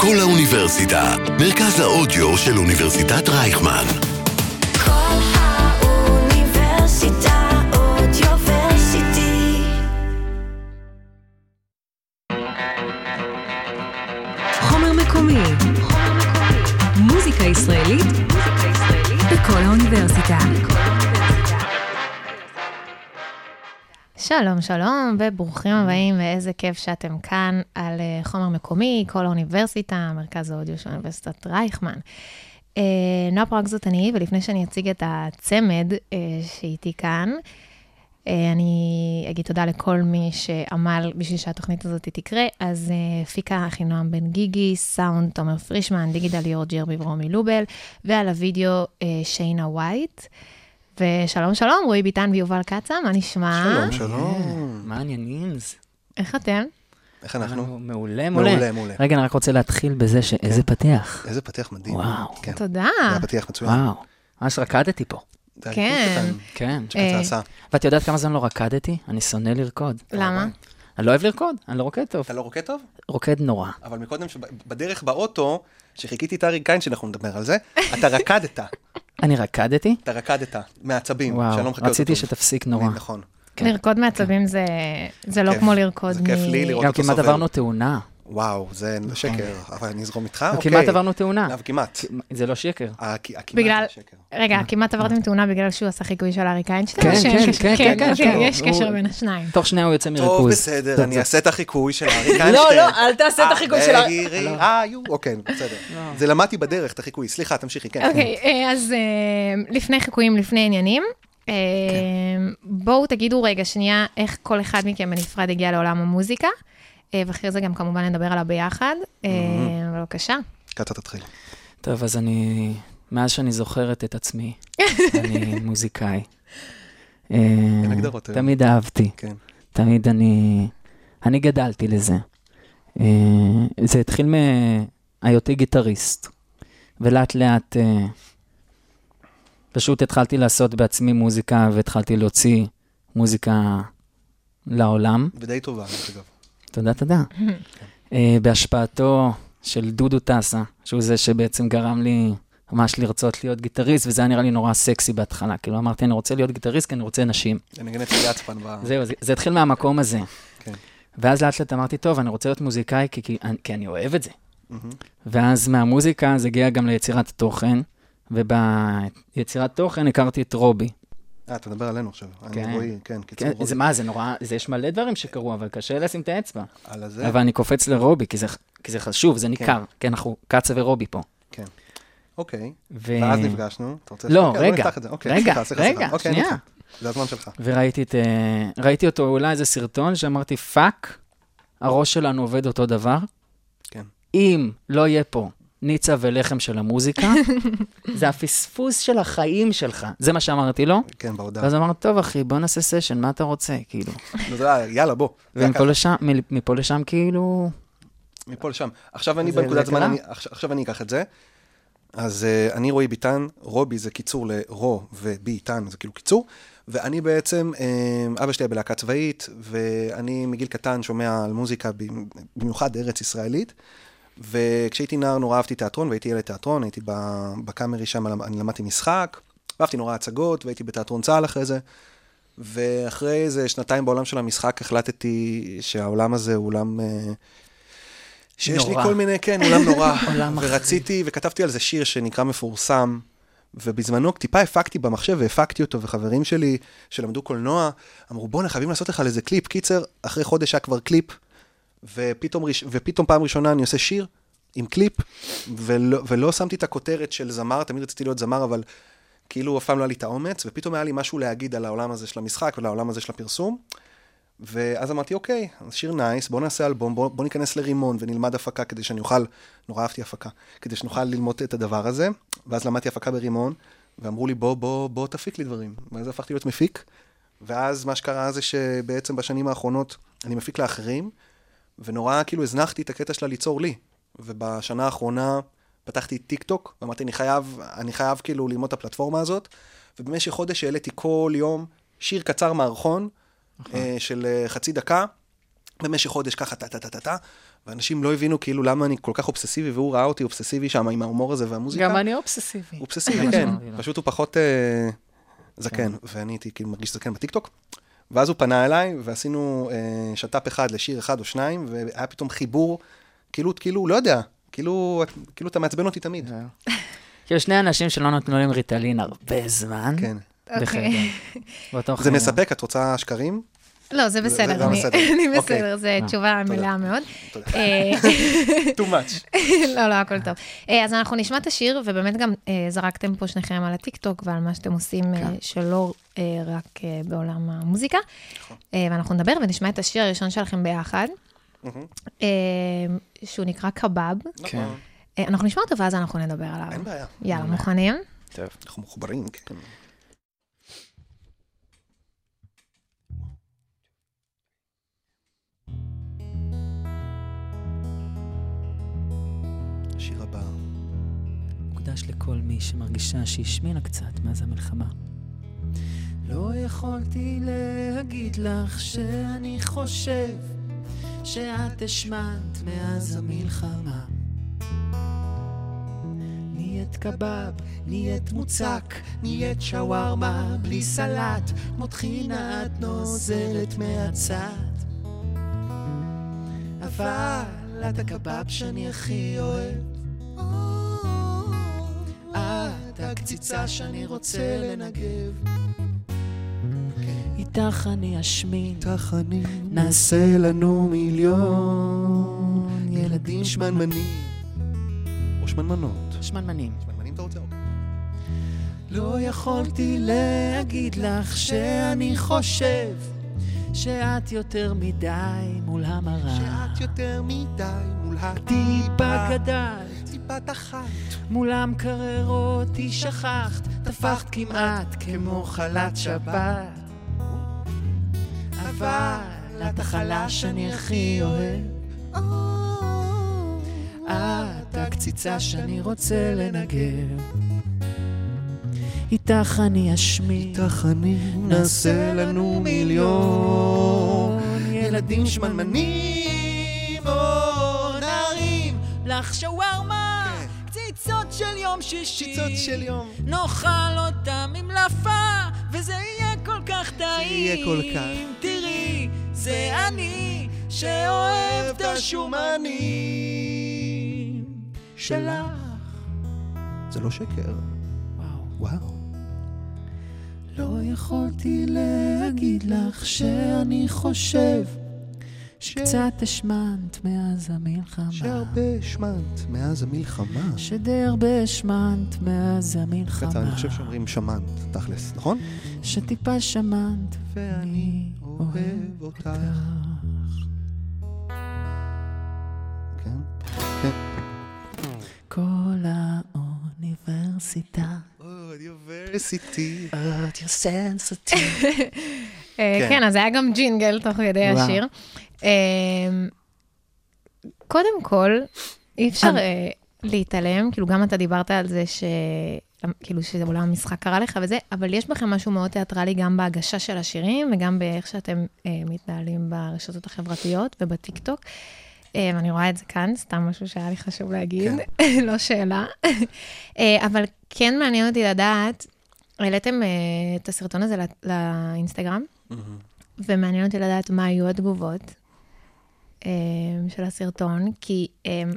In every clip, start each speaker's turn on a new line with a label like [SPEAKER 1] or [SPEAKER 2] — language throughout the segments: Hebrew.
[SPEAKER 1] כל האוניברסיטה, מרכז האודיו של אוניברסיטת רייכמן.
[SPEAKER 2] כל האוניברסיטה אודיוורסיטי.
[SPEAKER 3] חומר מקומי. מוזיקה ישראלית בכל האוניברסיטה.
[SPEAKER 4] שלום, שלום, וברוכים הבאים, ואיזה כיף שאתם כאן על אה, חומר מקומי, כל האוניברסיטה, מרכז האודיו של אוניברסיטת רייכמן. אה, נועה פרק זאת אני, ולפני שאני אציג את הצמד אה, שאיתי כאן, אה, אני אגיד תודה לכל מי שעמל בשביל שהתוכנית הזאת תקרה. אז אה, הפיקה אחינועם בן גיגי, סאונד תומר פרישמן, דיגיטל ליאור ג'רבי ורומי לובל, ועל הוידאו אה, שיינה ווייט. ושלום, שלום, רועי ביטן ויובל קצה, מה נשמע?
[SPEAKER 5] אה,
[SPEAKER 6] שלום, שלום.
[SPEAKER 5] כן, מה העניינים? זה-
[SPEAKER 4] איך אתם?
[SPEAKER 5] כן.
[SPEAKER 6] איך אה. אנחנו?
[SPEAKER 5] מעולה, מעולה.
[SPEAKER 6] מעולה, מעולה. כן.
[SPEAKER 5] רגע, אני רק רוצה להתחיל בזה שאיזה פתיח.
[SPEAKER 6] איזה פתיח מדהים.
[SPEAKER 5] וואו.
[SPEAKER 6] כן, זה
[SPEAKER 4] תודה.
[SPEAKER 6] היה פתיח מצוין.
[SPEAKER 5] וואו, ממש רקדתי פה.
[SPEAKER 6] זה היה
[SPEAKER 4] כן.
[SPEAKER 6] קטן,
[SPEAKER 5] כן.
[SPEAKER 6] שקצת עשה.
[SPEAKER 5] ואת יודעת כמה זמן לא רקדתי? אני שונא לרקוד.
[SPEAKER 4] למה?
[SPEAKER 5] אני לא אוהב לרקוד, אני לא רוקד טוב.
[SPEAKER 6] אתה לא רוקד טוב?
[SPEAKER 5] רוקד נורא.
[SPEAKER 6] אבל מקודם, שב- בדרך באוטו, שחיכיתי את אריק קיין שאנחנו נדבר על זה, אתה רקדת,
[SPEAKER 5] אני רקדתי?
[SPEAKER 6] אתה רקדת, מעצבים, שאני לא
[SPEAKER 5] וואו,
[SPEAKER 6] מחכה אותו
[SPEAKER 5] רציתי
[SPEAKER 6] טוב.
[SPEAKER 5] שתפסיק נורא.
[SPEAKER 6] אני- נכון.
[SPEAKER 5] כן.
[SPEAKER 4] לרקוד מעצבים זה זה לא
[SPEAKER 6] כיף.
[SPEAKER 4] כמו לרקוד
[SPEAKER 6] זה
[SPEAKER 4] מ...
[SPEAKER 6] כיף לי לראות.
[SPEAKER 5] גם
[SPEAKER 6] אותו
[SPEAKER 5] כמעט
[SPEAKER 6] סובל.
[SPEAKER 5] עברנו תאונה.
[SPEAKER 6] וואו, זה שקר, אבל אני אזרום איתך,
[SPEAKER 5] לא,
[SPEAKER 6] אה, אוקיי.
[SPEAKER 5] כמעט נכון. עברנו תאונה.
[SPEAKER 6] לא, כמעט. אה.
[SPEAKER 5] זה לא שקר.
[SPEAKER 6] ה- הכ- הכמעט
[SPEAKER 4] בגלל...
[SPEAKER 6] זה שקר.
[SPEAKER 4] רגע, כמעט
[SPEAKER 6] אה.
[SPEAKER 4] עברתם תאונה בגלל שהוא עשה חיקוי של אריק איינשטיין?
[SPEAKER 5] כן,
[SPEAKER 4] או שיש
[SPEAKER 5] כן,
[SPEAKER 4] קשר-
[SPEAKER 5] כן, כן, כן, כן.
[SPEAKER 4] יש קשר
[SPEAKER 5] הוא-
[SPEAKER 4] בין השניים.
[SPEAKER 5] תוך שנייה הוא יוצא מריכוז.
[SPEAKER 6] טוב, בסדר,
[SPEAKER 5] זה-
[SPEAKER 6] אני
[SPEAKER 5] זה-
[SPEAKER 6] אעשה את החיקוי של אריק איינשטיין.
[SPEAKER 5] לא, לא, אל תעשה את החיקוי של לא. אריק.
[SPEAKER 6] אריק. אוקיי, בסדר. זה למדתי בדרך, את החיקוי. סליחה, תמשיכי, כן.
[SPEAKER 4] אוקיי, אה, אז אה, לפני חיקויים, לפני עניינים. אה,
[SPEAKER 6] כן.
[SPEAKER 4] בואו תגידו רגע שנייה איך כל אחד מכם בנפרד הגיע לעולם המוזיקה, אה, ואחרי זה גם כמובן נדבר על הביחד. אה, בבקשה.
[SPEAKER 6] קצת תתחיל.
[SPEAKER 5] טוב, אז אני, מאז שאני זוכרת את עצמי, אני מוזיקאי. אה,
[SPEAKER 6] אין הגדרות, אה.
[SPEAKER 5] תמיד אהבתי,
[SPEAKER 6] כן.
[SPEAKER 5] תמיד אני, אני גדלתי לזה. אה, זה התחיל מהיותי גיטריסט, ולאט לאט אה, פשוט התחלתי לעשות בעצמי מוזיקה והתחלתי להוציא מוזיקה לעולם.
[SPEAKER 6] ודי טובה, דרך אגב.
[SPEAKER 5] תודה, תודה. אה, בהשפעתו של דודו טסה, שהוא זה שבעצם גרם לי ממש לרצות להיות גיטריסט, וזה היה נראה לי נורא סקסי בהתחלה. כאילו, אמרתי, אני רוצה להיות גיטריסט כי אני רוצה נשים.
[SPEAKER 6] אני אגיד את זה יצפן ב...
[SPEAKER 5] אה. זהו, זה, זה התחיל מהמקום הזה.
[SPEAKER 6] כן.
[SPEAKER 5] ואז לאט לאט אמרתי, טוב, אני רוצה להיות מוזיקאי כי, כי, אני- כי אני אוהב את זה. ואז מהמוזיקה זה הגיע גם ליצירת תוכן, וביצירת תוכן הכרתי את רובי.
[SPEAKER 6] אה, אתה מדבר עלינו עכשיו.
[SPEAKER 5] כן.
[SPEAKER 6] אני רואי, כן, קיצור
[SPEAKER 5] כן,
[SPEAKER 6] רואי.
[SPEAKER 5] זה מה, זה נורא, זה יש מלא דברים שקרו, אבל קשה לשים את האצבע.
[SPEAKER 6] על הזה.
[SPEAKER 5] אבל אני קופץ לרובי, כי זה, כי זה חשוב, זה ניכר. כן, אנחנו קצה ורובי פה.
[SPEAKER 6] כן. אוקיי.
[SPEAKER 5] ו...
[SPEAKER 6] ואז נפגשנו. אתה רוצה...
[SPEAKER 5] אה, לא,
[SPEAKER 6] אוקיי,
[SPEAKER 5] רגע.
[SPEAKER 6] בוא נפתח את זה. אוקיי,
[SPEAKER 5] רגע,
[SPEAKER 6] סליחה, סליחה,
[SPEAKER 5] רגע,
[SPEAKER 6] סליחה. אוקיי,
[SPEAKER 5] שנייה.
[SPEAKER 6] אני איתך. זה הזמן שלך.
[SPEAKER 5] וראיתי את, אה, ראיתי אותו אולי איזה סרטון שאמרתי, פאק, הראש שלנו עובד אותו דבר.
[SPEAKER 6] כן.
[SPEAKER 5] אם לא יהיה פה ניצה ולחם של המוזיקה, זה הפספוס של החיים שלך. זה מה שאמרתי לו.
[SPEAKER 6] כן, בהודעה.
[SPEAKER 5] ואז אמרתי, טוב, אחי, בוא נעשה סשן, מה אתה רוצה? כאילו.
[SPEAKER 6] לא, זה היה, יאללה, בוא. זה היה
[SPEAKER 5] ומפה לשם, מל- מפה לשם, כאילו...
[SPEAKER 6] ככה, מפה לשם. עכשיו אני
[SPEAKER 5] זה-
[SPEAKER 6] בנקודת
[SPEAKER 5] זה
[SPEAKER 6] זמן,
[SPEAKER 5] קרה?
[SPEAKER 6] אני- עכשיו עכשיו אני אקח את זה. אז אה, אני רועי ביטן, רובי זה קיצור לרו וביטן, זה כאילו קיצור. ואני בעצם, אה, אבא שלי היה בלהקה צבאית, ואני מגיל קטן שומע על מוזיקה, במיוחד ארץ ישראלית. וכשהייתי נער נורא אהבתי תיאטרון, והייתי ילד תיאטרון, הייתי ב- בקאמרי שם, למ- אני למדתי משחק, אהבתי נורא הצגות, והייתי בתיאטרון צה"ל אחרי זה. ואחרי איזה שנתיים בעולם של המשחק, החלטתי שהעולם הזה הוא עולם... אה, שיש לי
[SPEAKER 5] נורא.
[SPEAKER 6] כל מיני, כן, עולם נורא.
[SPEAKER 5] עולם מחריד.
[SPEAKER 6] ורציתי, וכתבתי על זה שיר שנקרא מפורסם, ובזמנו טיפה הפקתי במחשב, והפקתי אותו, וחברים שלי שלמדו קולנוע, אמרו, בואנה, חייבים לעשות לך על איזה קליפ. קיצר, אחרי חודש היה כבר קליפ, ופתאום, ראש- ופתאום פעם ראשונה אני עושה שיר עם קליפ, ולא, ולא שמתי את הכותרת של זמר, תמיד רציתי להיות זמר, אבל כאילו אף פעם לא היה לי את האומץ, ופתאום היה לי משהו להגיד על העולם הזה של המשחק ולעולם הזה של הפרסום. ואז אמרתי, אוקיי, אז שיר נייס, בוא נעשה אלבום, בוא, בוא ניכנס לרימון ונלמד הפקה כדי שאני אוכל, נורא אהבתי הפקה, כדי שנוכל ללמוד את הדבר הזה. ואז למדתי הפקה ברימון, ואמרו לי, בוא, בוא, בוא תפיק לי דברים. ואז הפכתי להיות מפיק, ואז מה שקרה זה שבעצם בשנים האחרונות אני מפיק לאחרים, ונורא כאילו הזנחתי את הקטע שלה ליצור לי. ובשנה האחרונה פתחתי טיק טוק, ואמרתי, אני חייב, אני חייב כאילו ללמוד את הפלטפורמה הזאת, ובמשך חודש העליתי כל יום שיר קצר מערכון אה, של אה, חצי דקה, במשך חודש ככה טה-טה-טה-טה, ואנשים לא הבינו כאילו למה אני כל כך אובססיבי, והוא ראה אותי אובססיבי שם עם ההומור הזה והמוזיקה.
[SPEAKER 7] גם אני אובססיבי.
[SPEAKER 6] הוא אובססיבי, כן. פשוט הוא פחות אה, זקן, ואני הייתי כאילו מרגיש זקן בטיקטוק. ואז הוא פנה אליי, ועשינו אה, שת"פ אחד לשיר אחד או שניים, והיה פתאום חיבור, כאילו, כאילו, לא יודע, כאילו, כאילו אתה מעצבן אותי תמיד.
[SPEAKER 5] כאילו, שני אנשים שלא נתנו להם ריטלין הרבה זמן.
[SPEAKER 6] כן.
[SPEAKER 5] בחדר.
[SPEAKER 7] אוקיי.
[SPEAKER 5] באותו
[SPEAKER 6] זה
[SPEAKER 5] חדר.
[SPEAKER 6] מספק, את רוצה שקרים?
[SPEAKER 4] לא, זה
[SPEAKER 6] זה
[SPEAKER 4] בסדר, אני-
[SPEAKER 6] בסדר.
[SPEAKER 4] אני
[SPEAKER 6] אוקיי.
[SPEAKER 4] בסדר, זו תשובה מלאה מאוד.
[SPEAKER 6] תודה.
[SPEAKER 4] אה,
[SPEAKER 6] too much.
[SPEAKER 4] לא, לא, הכל טוב. אה, אז אנחנו נשמע את השיר, ובאמת גם אה, זרקתם פה שניכם על הטיקטוק ועל מה שאתם עושים אה,
[SPEAKER 6] כן.
[SPEAKER 4] שלא אה, רק אה, בעולם המוזיקה.
[SPEAKER 6] נכון.
[SPEAKER 4] אה, ואנחנו נדבר ונשמע את השיר הראשון שלכם ביחד, אה, שהוא נקרא קבב.
[SPEAKER 6] כן.
[SPEAKER 4] אה, אנחנו נשמע אותו ואז אנחנו נדבר עליו.
[SPEAKER 6] אין בעיה.
[SPEAKER 4] יאללה, מוכנים?
[SPEAKER 6] אנחנו מחוברים, אה. כן. השיר הבא.
[SPEAKER 5] מוקדש לכל מי שמרגישה שהשמינה קצת מאז המלחמה. לא יכולתי להגיד לך שאני חושב שאת השמנת מאז המלחמה. נהיית קבב, נהיית מוצק, נהיית שווארמה, בלי סלט, מותחינה את נוזלת מהצד. אבל את הקבב שאני הכי אוהב. את הקציצה שאני רוצה לנגב. איתך אני אשמין, איתך אני נעשה לנו מיליון ילדים שמנמנים.
[SPEAKER 6] או שמנמנות.
[SPEAKER 5] שמנמנים.
[SPEAKER 6] שמנמנים אתה רוצה? אוקיי.
[SPEAKER 5] לא יכולתי להגיד לך שאני חושב שאת יותר מדי מול המראה.
[SPEAKER 6] שאת יותר מדי מול
[SPEAKER 5] טיפה
[SPEAKER 6] הטיפה
[SPEAKER 5] גדלת,
[SPEAKER 6] טיפת אחת.
[SPEAKER 5] מול המקררות תשכחת, טפחת כמעט כמו חלת שבת. אבל את החלש אני הכי אוהב. את הקציצה שאני רוצה לנגב. איתך אני אשמיד,
[SPEAKER 6] איתך אני נעשה לנו מיליון ילדים שמנמנים או נערים
[SPEAKER 5] לך שווארמה, קציצות של יום שישי.
[SPEAKER 6] קיצות כן. של יום.
[SPEAKER 5] נאכל אותם עם מלאפה, וזה יהיה כל כך טעים.
[SPEAKER 6] יהיה כל כך.
[SPEAKER 5] תראי, זה אני שאוהב את השומנים שלך.
[SPEAKER 6] זה לא שקר.
[SPEAKER 5] וואו.
[SPEAKER 6] וואו.
[SPEAKER 5] לא יכולתי להגיד לך שאני חושב שקצת השמנת מאז המלחמה.
[SPEAKER 6] כן. שהרבה שמנת מאז המלחמה.
[SPEAKER 5] שדי הרבה השמנת מאז המלחמה.
[SPEAKER 6] קצר, אני חושב שאומרים שמנת, תכלס, נכון?
[SPEAKER 5] שטיפה שמנת ואני אוהב
[SPEAKER 6] אותך.
[SPEAKER 5] אותך.
[SPEAKER 6] כן.
[SPEAKER 5] כל האוניברסיטה.
[SPEAKER 6] אוניברסיטי.
[SPEAKER 5] אודיו סנסיטיב.
[SPEAKER 4] אה,
[SPEAKER 6] כן.
[SPEAKER 4] כן, אז היה גם ג'ינגל תוך כדי
[SPEAKER 5] וואו.
[SPEAKER 4] השיר. אה, קודם כל, אי אפשר אה, להתעלם, כאילו גם אתה דיברת על זה ש... כאילו שעולם המשחק קרה לך וזה, אבל יש בכם משהו מאוד תיאטרלי גם בהגשה של השירים וגם באיך שאתם אה, מתנהלים ברשתות החברתיות ובטיקטוק. אה, ואני רואה את זה כאן, סתם משהו שהיה לי חשוב להגיד, לא שאלה. אה, אבל כן מעניין אותי לדעת, העליתם אה, את הסרטון הזה לא- לאינסטגרם?
[SPEAKER 6] Mm-hmm.
[SPEAKER 4] ומעניין אותי לדעת מה היו התגובות um, של הסרטון, כי um,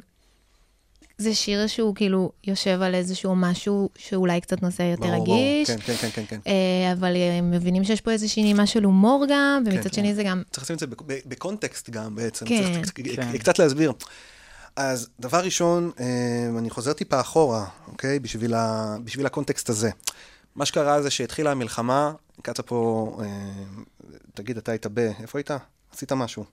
[SPEAKER 4] זה שיר שהוא כאילו יושב על איזשהו משהו שאולי קצת נושא יותר
[SPEAKER 6] ברור, ברור.
[SPEAKER 4] רגיש,
[SPEAKER 6] כן, כן, כן, כן, כן.
[SPEAKER 4] אה, אבל אה, מבינים שיש פה איזושהי נימה של הומור גם, ומצד
[SPEAKER 6] כן.
[SPEAKER 4] שני זה גם...
[SPEAKER 6] צריך לשים את זה בק- ב- בקונטקסט גם בעצם,
[SPEAKER 4] כן.
[SPEAKER 6] צריך צריך-
[SPEAKER 5] כן.
[SPEAKER 6] קצת להסביר. אז דבר ראשון, אה, אני חוזר טיפה אחורה, אוקיי? בשביל ה- בשביל הקונטקסט הזה. מה שקרה זה שהתחילה המלחמה, קצה פה, אה, תגיד, אתה היית ב... איפה היית? עשית משהו.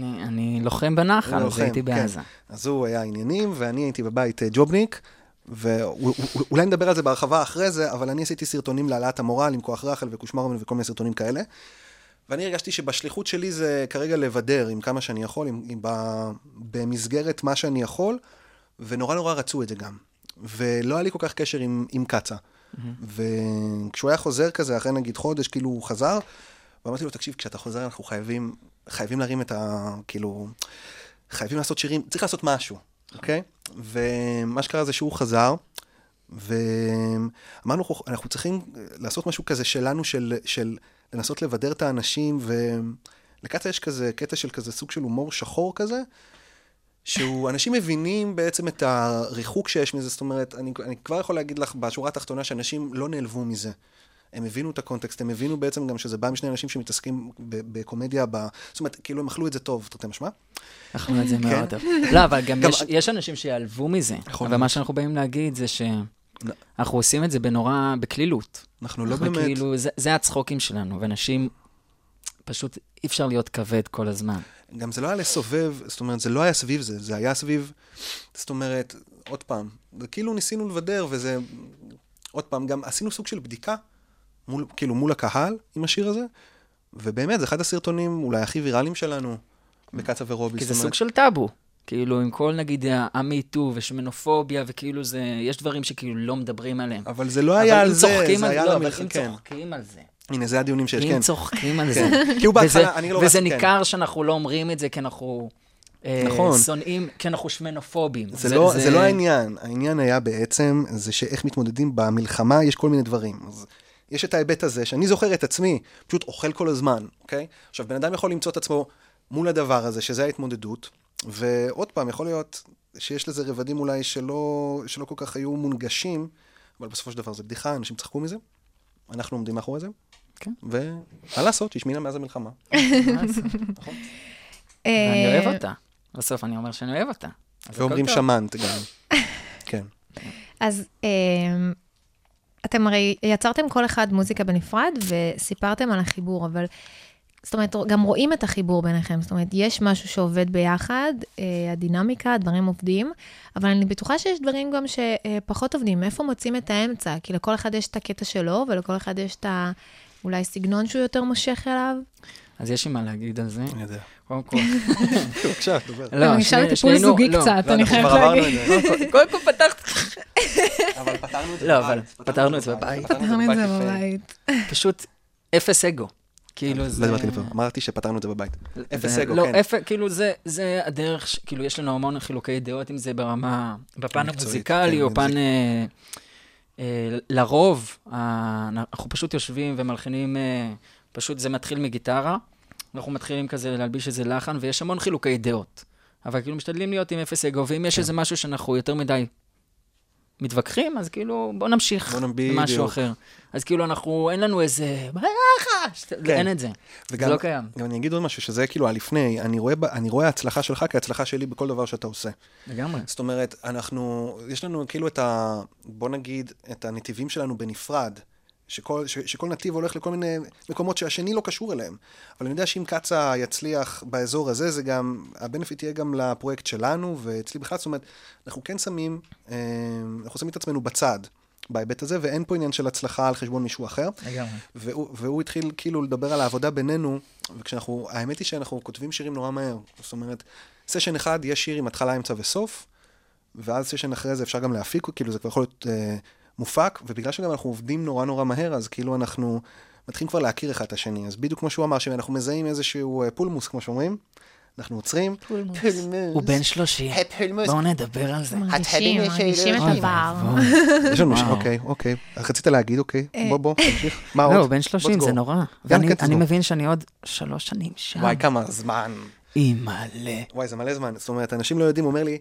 [SPEAKER 5] אני לוחם בנחל, אז
[SPEAKER 6] לוחם,
[SPEAKER 5] הייתי
[SPEAKER 6] כן.
[SPEAKER 5] בעזה.
[SPEAKER 6] אז הוא היה עניינים, ואני הייתי בבית אה, ג'ובניק, ואולי נדבר על זה בהרחבה אחרי זה, אבל אני עשיתי סרטונים להעלאת המורל עם כוח רחל וקושמרמן וכל מיני סרטונים כאלה. ואני הרגשתי שבשליחות שלי זה כרגע לבדר עם כמה שאני יכול, עם, עם, ב- במסגרת מה שאני יכול, ונורא נורא רצו את זה גם. ולא היה לי כל כך קשר עם, עם קצה. וכשהוא היה חוזר כזה, אחרי נגיד חודש, כאילו הוא חזר, ואמרתי לו, תקשיב, כשאתה חוזר אנחנו חייבים, חייבים להרים את ה... כאילו, חייבים לעשות שירים, צריך לעשות משהו, אוקיי? ומה שקרה זה שהוא חזר, ואמרנו, "אנחנו- אנחנו צריכים לעשות משהו כזה שלנו, של, של לנסות לבדר את האנשים, ולקצה יש כזה קטע של כזה סוג של הומור שחור כזה, שהוא, אנשים מבינים בעצם את הריחוק שיש מזה, זאת אומרת, אני, אני כבר יכול להגיד לך בשורה התחתונה שאנשים לא נעלבו מזה. הם הבינו את הקונטקסט, הם הבינו בעצם גם שזה בא משני אנשים שמתעסקים ב- בקומדיה, ב... זאת אומרת, כאילו הם אכלו את זה טוב, תרתי משמע.
[SPEAKER 5] אנחנו את זה
[SPEAKER 6] כן.
[SPEAKER 5] מאוד טוב. לא, אבל גם
[SPEAKER 6] גם-
[SPEAKER 5] יש- יש אנשים שיעלבו מזה,
[SPEAKER 6] נכון.
[SPEAKER 5] אבל מה שאנחנו באים להגיד זה שאנחנו עושים את זה בנורא, בקלילות.
[SPEAKER 6] אנחנו לא
[SPEAKER 5] אנחנו
[SPEAKER 6] באמת...
[SPEAKER 5] כאילו, זה- זה הצחוקים שלנו, ואנשים, פשוט אי אפשר להיות כבד כל הזמן.
[SPEAKER 6] גם זה לא היה לסובב, זאת אומרת, זה לא היה סביב זה, זה היה סביב, זאת אומרת, עוד פעם, זה כאילו ניסינו לבדר, וזה, עוד פעם, גם עשינו סוג של בדיקה, מול, כאילו מול הקהל עם השיר הזה, ובאמת, זה אחד הסרטונים אולי הכי ויראליים שלנו, בקצב ורובי.
[SPEAKER 5] כי
[SPEAKER 6] זאת
[SPEAKER 5] זה סוג
[SPEAKER 6] אומרת,
[SPEAKER 5] של טאבו. כאילו, עם כל, נגיד, המיטו ושמנופוביה, וכאילו זה, יש דברים שכאילו לא מדברים עליהם.
[SPEAKER 6] אבל זה לא היה
[SPEAKER 5] אבל
[SPEAKER 6] על
[SPEAKER 5] אם
[SPEAKER 6] זה,
[SPEAKER 5] צוחקים
[SPEAKER 6] זה
[SPEAKER 5] על-
[SPEAKER 6] היה
[SPEAKER 5] לא,
[SPEAKER 6] על
[SPEAKER 5] אבל
[SPEAKER 6] הבכר,
[SPEAKER 5] אם
[SPEAKER 6] כן.
[SPEAKER 5] צוחקים על זה.
[SPEAKER 6] הנה, זה הדיונים שיש,
[SPEAKER 5] אם
[SPEAKER 6] כן.
[SPEAKER 5] צוחקים על זה.
[SPEAKER 6] כי הוא
[SPEAKER 5] וזה-
[SPEAKER 6] בהתחלה, אני לא
[SPEAKER 5] וזה
[SPEAKER 6] רציתי, כן.
[SPEAKER 5] ניכר שאנחנו לא אומרים את זה כי אנחנו אה,
[SPEAKER 6] נכון.
[SPEAKER 5] שונאים, כי אנחנו שמנופובים.
[SPEAKER 6] זה, זה, לא, זה... זה לא העניין, העניין היה בעצם, זה שאיך מתמודדים במלחמה, יש כל מיני דברים. אז יש את ההיבט הזה, שאני זוכר את עצמי, פשוט אוכל כל הזמן, אוקיי? עכשיו, בן אדם יכול למצוא את עצמו מול הדבר הזה, שזה ההתמודדות, ועוד פעם, יכול להיות שיש לזה רבדים אולי שלא, שלא כל כך היו מונגשים, אבל בסופו של דבר זה בדיחה, אנשים צחקו מזה, אנחנו עומדים מאחורי זה,
[SPEAKER 5] כן.
[SPEAKER 6] ומה לעשות, השמינה מאז המלחמה.
[SPEAKER 5] אני
[SPEAKER 4] אה,
[SPEAKER 5] אוהב אותה. בסוף אני אומר שאני אוהב אותה. אז הכל
[SPEAKER 6] ואומרים
[SPEAKER 5] טוב.
[SPEAKER 6] שמנת גם. כן.
[SPEAKER 4] אז אמ, אתם הרי יצרתם כל אחד מוזיקה בנפרד וסיפרתם על החיבור, אבל זאת אומרת, גם רואים את החיבור ביניכם, זאת אומרת, יש משהו שעובד ביחד, אה, הדינמיקה, הדברים עובדים, אבל אני בטוחה שיש דברים גם שפחות עובדים. איפה מוצאים את האמצע? כי לכל אחד יש את הקטע שלו, ולכל אחד יש את ה... אולי סגנון שהוא יותר מושך אליו?
[SPEAKER 5] אז יש לי מה להגיד על זה.
[SPEAKER 6] יודע.
[SPEAKER 5] קודם כל.
[SPEAKER 6] בבקשה, דבר.
[SPEAKER 5] לא,
[SPEAKER 7] נשאר
[SPEAKER 5] שני-
[SPEAKER 7] טיפול
[SPEAKER 5] שנינו-
[SPEAKER 7] זוגי
[SPEAKER 5] לא,
[SPEAKER 7] קצת.
[SPEAKER 6] לא,
[SPEAKER 7] אני
[SPEAKER 6] אנחנו
[SPEAKER 7] חייבת
[SPEAKER 6] כבר עברנו
[SPEAKER 7] להגיד.
[SPEAKER 6] את זה.
[SPEAKER 5] קודם כל- קודם כל פתחת,
[SPEAKER 6] אבל פתרנו את זה
[SPEAKER 5] לא, אבל פתרנו את זה בבית.
[SPEAKER 7] פתרנו את זה בבית.
[SPEAKER 5] פשוט אפס אגו. כאילו זה...
[SPEAKER 6] לא דיברתי לפעמים, אמרתי שפתרנו את זה בבית. אפס
[SPEAKER 5] זה-
[SPEAKER 6] אגו,
[SPEAKER 5] לא,
[SPEAKER 6] כן.
[SPEAKER 5] אפס, כאילו זה, זה הדרך, ש- כאילו יש לנו המון חילוקי דעות, אם זה ברמה, בפן
[SPEAKER 6] המקצועית,
[SPEAKER 5] המוזיקלי,
[SPEAKER 6] כן,
[SPEAKER 5] או פן... אה, אה, לרוב, אה, אנחנו פשוט יושבים ומלחינים, אה, פשוט זה מתחיל מגיטרה, אנחנו מתחילים כזה להלביש איזה לחן, ויש המון חילוקי דעות. אבל כאילו משתדלים להיות עם אפס אגו, ואם
[SPEAKER 6] כן.
[SPEAKER 5] יש איזה משהו שאנחנו יותר מדי מתווכחים, אז כאילו, בוא נמשיך
[SPEAKER 6] בוא נ-
[SPEAKER 5] משהו
[SPEAKER 6] בדיוק.
[SPEAKER 5] אחר. אז כאילו, אנחנו, אין לנו איזה... "מה, לחש?" אין את זה.
[SPEAKER 6] כן. וגם-
[SPEAKER 5] זה לא קיים.
[SPEAKER 6] גם אני אגיד עוד משהו, שזה כאילו הלפני, אני רואה ב- אני רואה הצלחה שלך כהצלחה שלי בכל דבר שאתה עושה.
[SPEAKER 5] לגמרי.
[SPEAKER 6] זאת אומרת, אנחנו, יש לנו כאילו את ה... בוא נגיד, את הנתיבים שלנו בנפרד. שכל, ש, שכל נתיב הולך לכל מיני מקומות שהשני לא קשור אליהם. אבל אני יודע שאם קצא יצליח באזור הזה, זה גם, הבנפיט יהיה גם לפרויקט שלנו, ואצלי בכלל, זאת אומרת, אנחנו כן שמים, אה, אנחנו שמים את עצמנו בצד בהיבט הזה, ואין פה עניין של הצלחה על חשבון מישהו אחר.
[SPEAKER 5] לגמרי.
[SPEAKER 6] והוא, והוא התחיל כאילו לדבר על העבודה בינינו, וכשאנחנו, האמת היא שאנחנו כותבים שירים נורא מהר. זאת אומרת, סשן אחד, יש שיר עם התחלה, אמצע וסוף, ואז סשן אחרי זה אפשר גם להפיק, כאילו זה כבר יכול להיות אה, מופק, ובגלל שגם אנחנו עובדים נורא נורא מהר, אז כאילו אנחנו מתחילים כבר להכיר אחד את השני. אז בדיוק כמו שהוא אמר, שאנחנו מזהים איזשהו אה, פולמוס, כמו שאומרים, אנחנו עוצרים. כן, אה. פולמוס.
[SPEAKER 5] הוא בן 30. בואו נדבר על זה.
[SPEAKER 4] מרגישים, מרגישים את
[SPEAKER 5] אוי
[SPEAKER 4] הפער.
[SPEAKER 5] ואבוי.
[SPEAKER 6] יש לנו ש...
[SPEAKER 5] וואו.
[SPEAKER 6] אוקיי, אוקיי. רצית להגיד, אוקיי, בוא, בוא, תמשיך. מה עוד?
[SPEAKER 5] לא, הוא בן
[SPEAKER 6] בוא
[SPEAKER 5] 30,
[SPEAKER 6] תסגור.
[SPEAKER 5] זה נורא.
[SPEAKER 6] כן,
[SPEAKER 5] ואני
[SPEAKER 6] כן,
[SPEAKER 5] אני אה.
[SPEAKER 6] תסגור.
[SPEAKER 5] מבין שאני עוד שלוש שנים שם.
[SPEAKER 6] וואי, כמה זמן.
[SPEAKER 5] אימא'לה.
[SPEAKER 6] וואי, זה מלא זמן. זאת אומרת, אנשים לא יודעים, אומר לי,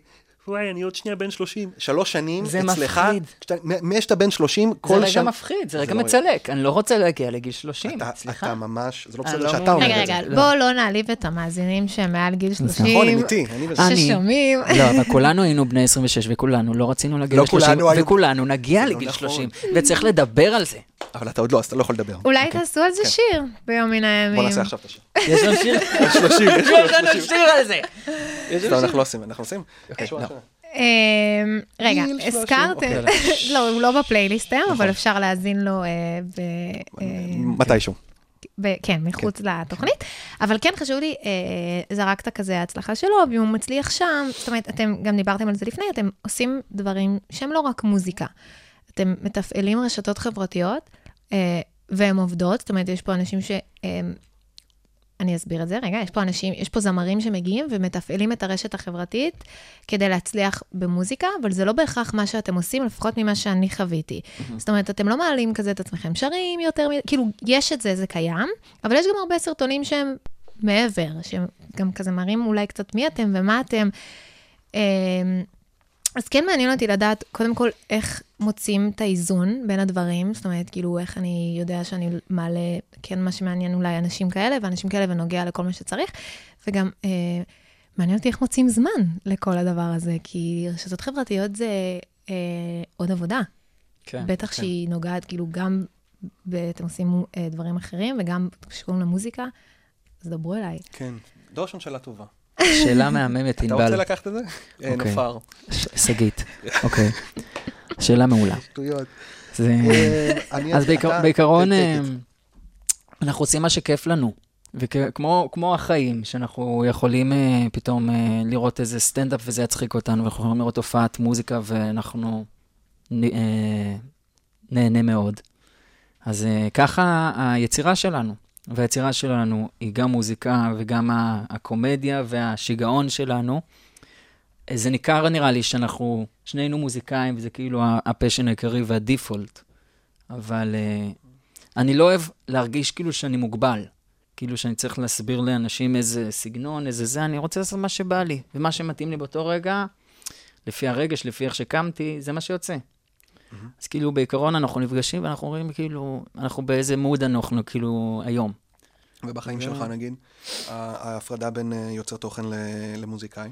[SPEAKER 6] וואי, אני עוד שנייה בן 30. שלוש שנים
[SPEAKER 5] זה
[SPEAKER 6] אצלך,
[SPEAKER 5] מפחיד.
[SPEAKER 6] כשאתה- מ- מאז שאתה בן 30,
[SPEAKER 5] זה
[SPEAKER 6] כל
[SPEAKER 5] רגע
[SPEAKER 6] שם...
[SPEAKER 5] מפחיד, זה רגע
[SPEAKER 6] לא-
[SPEAKER 5] מצלק. אני לא רוצה להגיע לגיל 30,
[SPEAKER 6] אתה-
[SPEAKER 5] סליחה.
[SPEAKER 6] אתה ממש, זה לא
[SPEAKER 5] אני
[SPEAKER 6] בסדר
[SPEAKER 5] לא
[SPEAKER 6] שאתה
[SPEAKER 5] מאמין.
[SPEAKER 6] אומר את
[SPEAKER 4] רגע,
[SPEAKER 6] זה.
[SPEAKER 4] רגע, בואו לא נעליב את המאזינים שהם מעל גיל 30.
[SPEAKER 6] נכון, הם איתי, אני בזה.
[SPEAKER 5] אני-
[SPEAKER 4] ששומעים.
[SPEAKER 5] לא, אבל כולנו היינו בני 26 וכולנו לא רצינו להגיע
[SPEAKER 6] לא
[SPEAKER 5] ל-30,
[SPEAKER 6] כולנו היו-
[SPEAKER 5] וכולנו נגיע
[SPEAKER 6] זה לא
[SPEAKER 5] לגיל
[SPEAKER 6] נכון.
[SPEAKER 5] 30, וצריך לדבר על זה.
[SPEAKER 6] אבל אתה עוד לא, אז אתה לא יכול לדבר.
[SPEAKER 4] אולי תעשו על זה שיר ביום מן הימים.
[SPEAKER 6] כן. בוא נעשה עכשיו את השיר.
[SPEAKER 5] יש לנו שיר,
[SPEAKER 6] שלושים, יש לנו
[SPEAKER 5] יש לנו שיר על זה.
[SPEAKER 6] לא, אנחנו לא עושים, אנחנו עושים? משהו
[SPEAKER 5] לא.
[SPEAKER 6] אחר.
[SPEAKER 4] אמ, רגע,
[SPEAKER 6] גיל שלושים. נכון.
[SPEAKER 4] הזכרתם,
[SPEAKER 5] אוקיי,
[SPEAKER 4] לא, הוא לא בפלייליסט היום, אבל אפשר להאזין לו, אה, ב- אה,
[SPEAKER 6] מתישהו.
[SPEAKER 4] ב- כן, מחוץ לתוכנית. אבל כן, חשוב לי, אה, זרקת כזה ההצלחה שלו, ואם הוא מצליח שם, זאת אומרת, אתם גם דיברתם על זה לפני, אתם עושים דברים שהם לא רק מוזיקה. אתם מתפעלים רשתות חברתיות, אה, והן עובדות, זאת אומרת, יש פה אנשים ש... אה, אני אסביר את זה רגע, יש פה אנשים, יש פה זמרים שמגיעים ומתפעלים את הרשת החברתית כדי להצליח במוזיקה, אבל זה לא בהכרח מה שאתם עושים, לפחות ממה שאני חוויתי. זאת אומרת, אתם לא מעלים כזה את עצמכם שרים יותר מדי, כאילו, יש את זה, זה קיים, אבל יש גם הרבה סרטונים שהם מעבר, שהם גם כזה מראים אולי קצת מי אתם ומה אתם. אמ, אז כן מעניין אותי לדעת, קודם כל, איך מוצאים את האיזון בין הדברים, זאת אומרת, כאילו, איך אני יודע שאני מעלה, כן, מה שמעניין אולי אנשים כאלה, ואנשים כאלה ונוגע לכל מה שצריך, וגם אה, מעניין אותי איך מוצאים זמן לכל הדבר הזה, כי רשתות חברתיות זה אה, עוד עבודה.
[SPEAKER 5] כן.
[SPEAKER 4] בטח שהיא נוגעת, כאילו, גם, ב- אתם עושים אה, דברים אחרים, וגם כשקוראים למוזיקה, אז דברו אליי.
[SPEAKER 6] כן. דור ראשון שאלה טובה.
[SPEAKER 5] כן. שאלה מהממת,
[SPEAKER 6] אתה רוצה
[SPEAKER 5] ענבל.
[SPEAKER 6] לקחת את זה? אה,
[SPEAKER 5] אוקיי.
[SPEAKER 6] נופר.
[SPEAKER 5] ש- שגית, אוקיי. שאלה מעולה.
[SPEAKER 6] שטויות.
[SPEAKER 5] זה...
[SPEAKER 6] אה, אני-
[SPEAKER 5] אז בעיקר-
[SPEAKER 6] אתה- אה,
[SPEAKER 5] בעיקרון,
[SPEAKER 6] take it.
[SPEAKER 5] אמ, אנחנו עושים מה שכיף לנו. וכמו כמו החיים, שאנחנו יכולים אה, פתאום אה, לראות איזה סטנדאפ וזה יצחיק אותנו, ואנחנו יכולים לראות הופעת מוזיקה ואנחנו נ- אה, נהנה מאוד. אז אה, ככה היצירה שלנו. והיצירה שלנו היא גם מוזיקה וגם ה- הקומדיה והשיגעון שלנו. אה, זה ניכר נראה לי שאנחנו שנינו מוזיקאים, וזה כאילו ה- הפשן העיקרי והדיפולט. אבל אה, אני לא אוהב להרגיש כאילו שאני מוגבל. כאילו שאני צריך להסביר לאנשים איזה סגנון, איזה זה, אני רוצה לעשות מה שבא לי. ומה שמתאים לי באותו רגע, לפי הרגש, לפי איך שקמתי, זה מה שיוצא. אז כאילו בעיקרון אנחנו נפגשים ואנחנו אומרים כאילו, אנחנו באיזה מוד אנחנו כאילו היום. אה,
[SPEAKER 6] ובחיים שלך, נגיד, ה- ההפרדה בין אה, יוצר תוכן ל- למוזיקאי.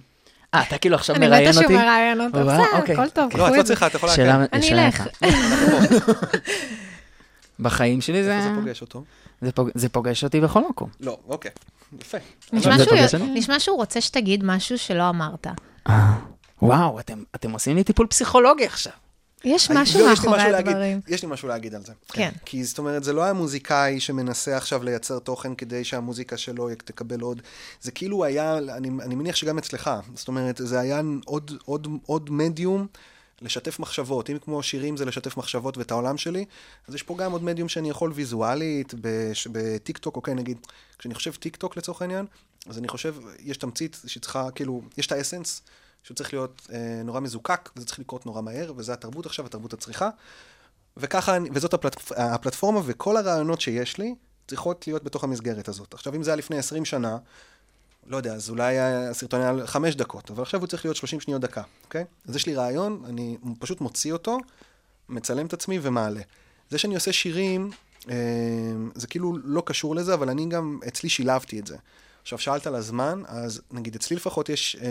[SPEAKER 5] אה, אתה כאילו עכשיו
[SPEAKER 4] אני
[SPEAKER 5] מראיין
[SPEAKER 4] מתה
[SPEAKER 5] אותי?
[SPEAKER 4] שהוא מראיין אותו,
[SPEAKER 5] אבל-
[SPEAKER 4] בסדר,
[SPEAKER 5] אוקיי.
[SPEAKER 4] הכל טוב,
[SPEAKER 6] לא, את
[SPEAKER 4] קחו
[SPEAKER 6] לא
[SPEAKER 4] את זה.
[SPEAKER 6] צריכה, את יכולה...
[SPEAKER 5] שאלה,
[SPEAKER 4] אני
[SPEAKER 5] שאלה
[SPEAKER 4] אלך.
[SPEAKER 5] יפה. בחיים שלי זה,
[SPEAKER 6] איפה זה פוגש אותו?
[SPEAKER 5] זה, פוג... זה פוגש אותי בכל מקום.
[SPEAKER 6] לא, אוקיי. יפה.
[SPEAKER 4] נשמע
[SPEAKER 5] זה
[SPEAKER 4] שהוא-
[SPEAKER 5] פוגש אני?
[SPEAKER 4] נשמע שהוא רוצה שתגיד משהו שלא אמרת.
[SPEAKER 5] וואו, אתם, אתם עושים לי טיפול פסיכולוגי עכשיו.
[SPEAKER 4] יש
[SPEAKER 6] אני-
[SPEAKER 4] משהו
[SPEAKER 6] לא, יש לי
[SPEAKER 4] מאחורי
[SPEAKER 6] משהו להגיד-
[SPEAKER 4] הדברים.
[SPEAKER 6] יש לי משהו להגיד על זה.
[SPEAKER 4] כן.
[SPEAKER 6] כי זאת אומרת, זה לא היה מוזיקאי שמנסה עכשיו לייצר תוכן כדי שהמוזיקה שלו יק- תקבל עוד. זה כאילו היה, אני, אני מניח שגם אצלך, זאת אומרת, זה היה עוד, עוד, עוד מדיום. לשתף מחשבות, אם כמו שירים זה לשתף מחשבות ואת העולם שלי, אז יש פה גם עוד מדיום שאני יכול ויזואלית, בש- בטיק טוק, אוקיי, נגיד, כשאני חושב טיק טוק לצורך העניין, אז אני חושב, יש תמצית שצריכה, כאילו, יש את האסנס, שהוא צריך להיות אה, נורא מזוקק, וזה צריך לקרות נורא מהר, וזה התרבות עכשיו, התרבות הצריכה, וככה, אני- וזאת הפלטפ, הפלטפורמה, וכל הרעיונות שיש לי צריכות להיות בתוך המסגרת הזאת. עכשיו, אם זה היה לפני 20 שנה, לא יודע, אז אולי הסרטון היה חמש דקות, אבל עכשיו הוא צריך להיות 30 שניות דקה, אוקיי? אז יש לי רעיון, אני פשוט מוציא אותו, מצלם את עצמי ומעלה. זה שאני עושה שירים, אה, זה כאילו לא קשור לזה, אבל אני גם, אצלי שילבתי את זה. עכשיו, שאלת על הזמן, אז נגיד אצלי לפחות יש, אה,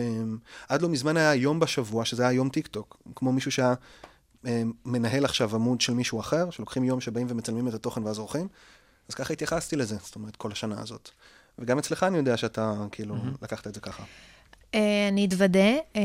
[SPEAKER 6] עד לא מזמן היה יום בשבוע, שזה היה יום טיק טוק, כמו מישהו שהיה אה, מנהל עכשיו עמוד של מישהו אחר, שלוקחים יום שבאים ומצלמים את התוכן ואז עורכים, אז ככה התייחסתי לזה, זאת אומרת, כל השנה הזאת. וגם אצלך אני יודע שאתה, כאילו, לקחת את זה ככה.
[SPEAKER 4] אה, אני אתוודה, אה,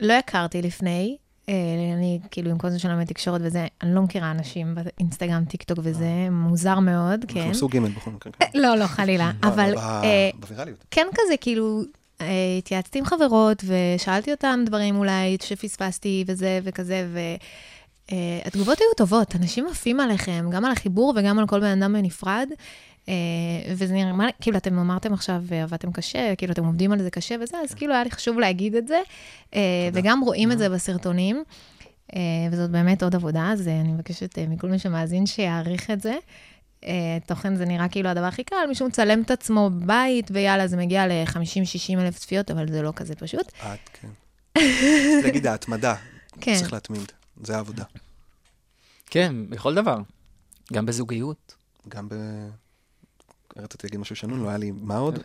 [SPEAKER 4] לא הכרתי לפני. אה, אני, כאילו, עם כל זה שלומד תקשורת וזה, אני לא מכירה אנשים באינסטגרם, טיק טוק וזה, מוזר מאוד, כן.
[SPEAKER 6] אנחנו סוג ג' בכל מקרה. כן.
[SPEAKER 4] לא, לא, חלילה, אבל...
[SPEAKER 6] ב-
[SPEAKER 4] אה,
[SPEAKER 6] בווירליות.
[SPEAKER 4] כן כזה, כאילו, אה, התייעצתי עם חברות, ושאלתי אותן דברים אולי שפספסתי וזה וכזה, והתגובות היו טובות, אנשים עפים עליכם, גם על החיבור וגם על כל בן אדם בנפרד. אה, וזה נראה, כאילו, אתם אמרתם עכשיו, אה, עבדתם קשה, כאילו, אתם עובדים על זה קשה וזה, אז כאילו, היה לי חשוב להגיד את זה, אה, וגם רואים את זה בסרטונים, אה, וזאת באמת עוד עבודה, אז אה, אני מבקשת אה, מכל מי שמאזין שיעריך את זה. אה, תוכן זה נראה כאילו הדבר הכי קל, מישהו מצלם את עצמו בבית, ויאללה, זה מגיע ל-50-60 אלף צפיות, אבל זה לא כזה פשוט.
[SPEAKER 5] אה,
[SPEAKER 6] את, כן. תגיד, ההתמדה.
[SPEAKER 4] כן.
[SPEAKER 6] צריך להתמיד, זה העבודה.
[SPEAKER 5] כן, בכל דבר. גם בזוגיות.
[SPEAKER 6] גם ב... רציתי להגיד משהו שנון, לא היה לי, מה עוד?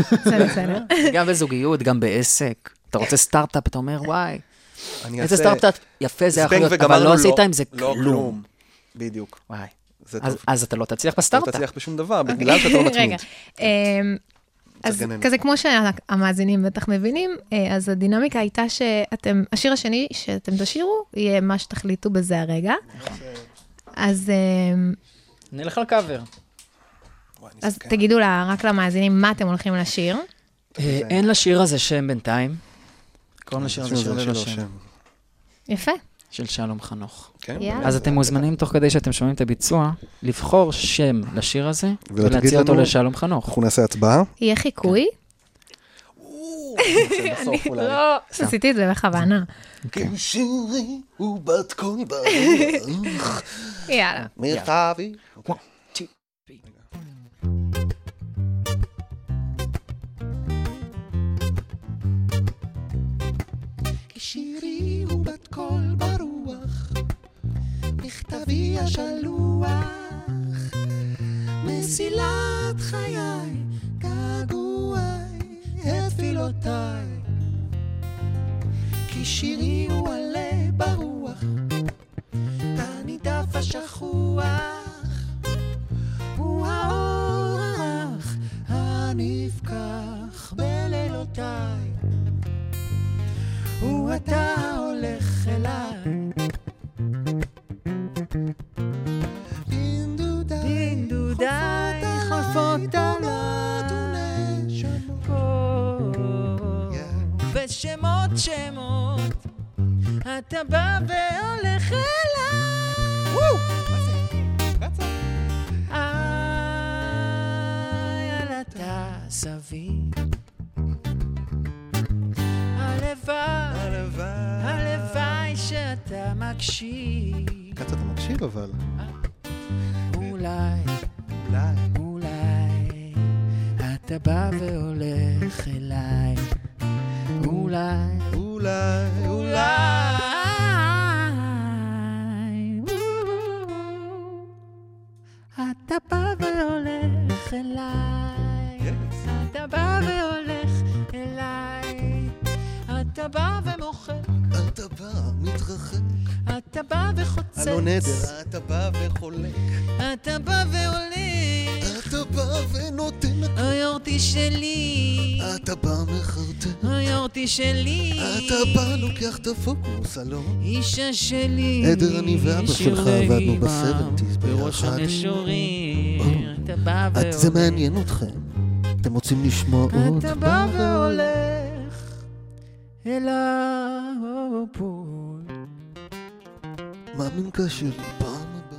[SPEAKER 4] בסדר, בסדר.
[SPEAKER 5] גם בזוגיות, גם בעסק. אתה רוצה סטארט-אפ, אתה אומר, וואי,
[SPEAKER 6] אני
[SPEAKER 5] איזה
[SPEAKER 6] אעשה-
[SPEAKER 5] סטארט-אפ יפה זה יכול
[SPEAKER 6] זבנג
[SPEAKER 5] להיות, אבל
[SPEAKER 6] וגמרנו,
[SPEAKER 5] לא עשית עם זה
[SPEAKER 6] לא
[SPEAKER 5] כלום.
[SPEAKER 6] בדיוק.
[SPEAKER 5] וואי.
[SPEAKER 6] זה
[SPEAKER 5] אז- אוקיי.
[SPEAKER 6] טוב.
[SPEAKER 5] אז אתה לא תצליח
[SPEAKER 6] לא
[SPEAKER 5] בסטארט-אפ.
[SPEAKER 6] תצליח בשום דבר, בגלל שאתה לא
[SPEAKER 4] רגע,
[SPEAKER 6] מתמיד.
[SPEAKER 4] אמ, אז
[SPEAKER 6] תגנן.
[SPEAKER 4] כזה כמו שהמאזינים בטח מבינים, אה, אז הדינמיקה הייתה שאתם, השיר השני שאתם תשאירו, יהיה מה שתחליטו בזה הרגע. אז אמ,
[SPEAKER 5] נלך על קאבר.
[SPEAKER 6] וואי, אני
[SPEAKER 4] אז
[SPEAKER 6] זקן.
[SPEAKER 4] תגידו לה- רק למאזינים מה אתם הולכים לשיר.
[SPEAKER 5] אה, אין לשיר הזה שם בינתיים. קוראים לשיר
[SPEAKER 6] זה
[SPEAKER 5] הזה
[SPEAKER 6] לא
[SPEAKER 5] שיר
[SPEAKER 6] שלא
[SPEAKER 5] ללא שם.
[SPEAKER 6] שם.
[SPEAKER 4] יפה.
[SPEAKER 5] של שלום חנוך.
[SPEAKER 6] כן?
[SPEAKER 4] יאללה.
[SPEAKER 5] אז אתם מוזמנים, תוך כדי שאתם שומעים את הביצוע, לבחור שם לשיר הזה,
[SPEAKER 6] ולהגיד
[SPEAKER 5] ולהציע אותו
[SPEAKER 6] לנו-
[SPEAKER 5] לשלום חנוך.
[SPEAKER 6] אנחנו נעשה הצבעה.
[SPEAKER 4] יהיה חיקוי?
[SPEAKER 6] כן. בסוף אולי.
[SPEAKER 4] לא, עשיתי את זה בכוונה.
[SPEAKER 6] כן, שירי ובת קול ברוך,
[SPEAKER 4] יאללה.
[SPEAKER 6] מרחבי. שירי הוא בת קול ברוח, מכתבי השלוח, מסילת חיי, געגועי, תפילותיי. כי שירי הוא עלה ברוח, תנידיו השכוח, הוא האור הרך, הנפקח בלילותיי. הוא אתה הולך אליי. דינדודיי,
[SPEAKER 7] לא
[SPEAKER 6] חולפות עולות ונשמות.
[SPEAKER 7] בשמות שמות, אתה בא והולך אליי. איי, על אתה סביב. הלוואי, הלוואי שאתה מקשיב.
[SPEAKER 6] קצת אתה מקשיב אבל.
[SPEAKER 7] אולי, אולי, אתה בא והולך אליי. אולי.
[SPEAKER 6] אולי,
[SPEAKER 7] אולי. אתה בא והולך אליי. אתה בא והולך אליי. אתה בא ומוחק.
[SPEAKER 6] אתה בא, מתרחק,
[SPEAKER 7] אתה בא וחוצץ.
[SPEAKER 6] הלא נדר. אתה בא וחולק.
[SPEAKER 7] אתה בא והולך.
[SPEAKER 6] אתה בא ונותן.
[SPEAKER 7] היורטי שלי.
[SPEAKER 6] אתה בא מחרטט.
[SPEAKER 7] היורטי שלי.
[SPEAKER 6] אתה בא, לוקח את הפוקוס, הלא.
[SPEAKER 7] אישה שלי.
[SPEAKER 6] עדר אני ואבא שלך
[SPEAKER 7] שירי
[SPEAKER 6] עבדנו
[SPEAKER 7] אמא,
[SPEAKER 6] בסבנטיז
[SPEAKER 7] בראש
[SPEAKER 6] ביחד. אה.
[SPEAKER 7] הנשורים, אתה בא
[SPEAKER 6] את- זה
[SPEAKER 7] והולך.
[SPEAKER 6] מעניין אתכם. אתם רוצים לשמוע עוד?
[SPEAKER 7] אתה בא והולך אל הפול.
[SPEAKER 6] מאמינקה שלי, פעם הבאה. זה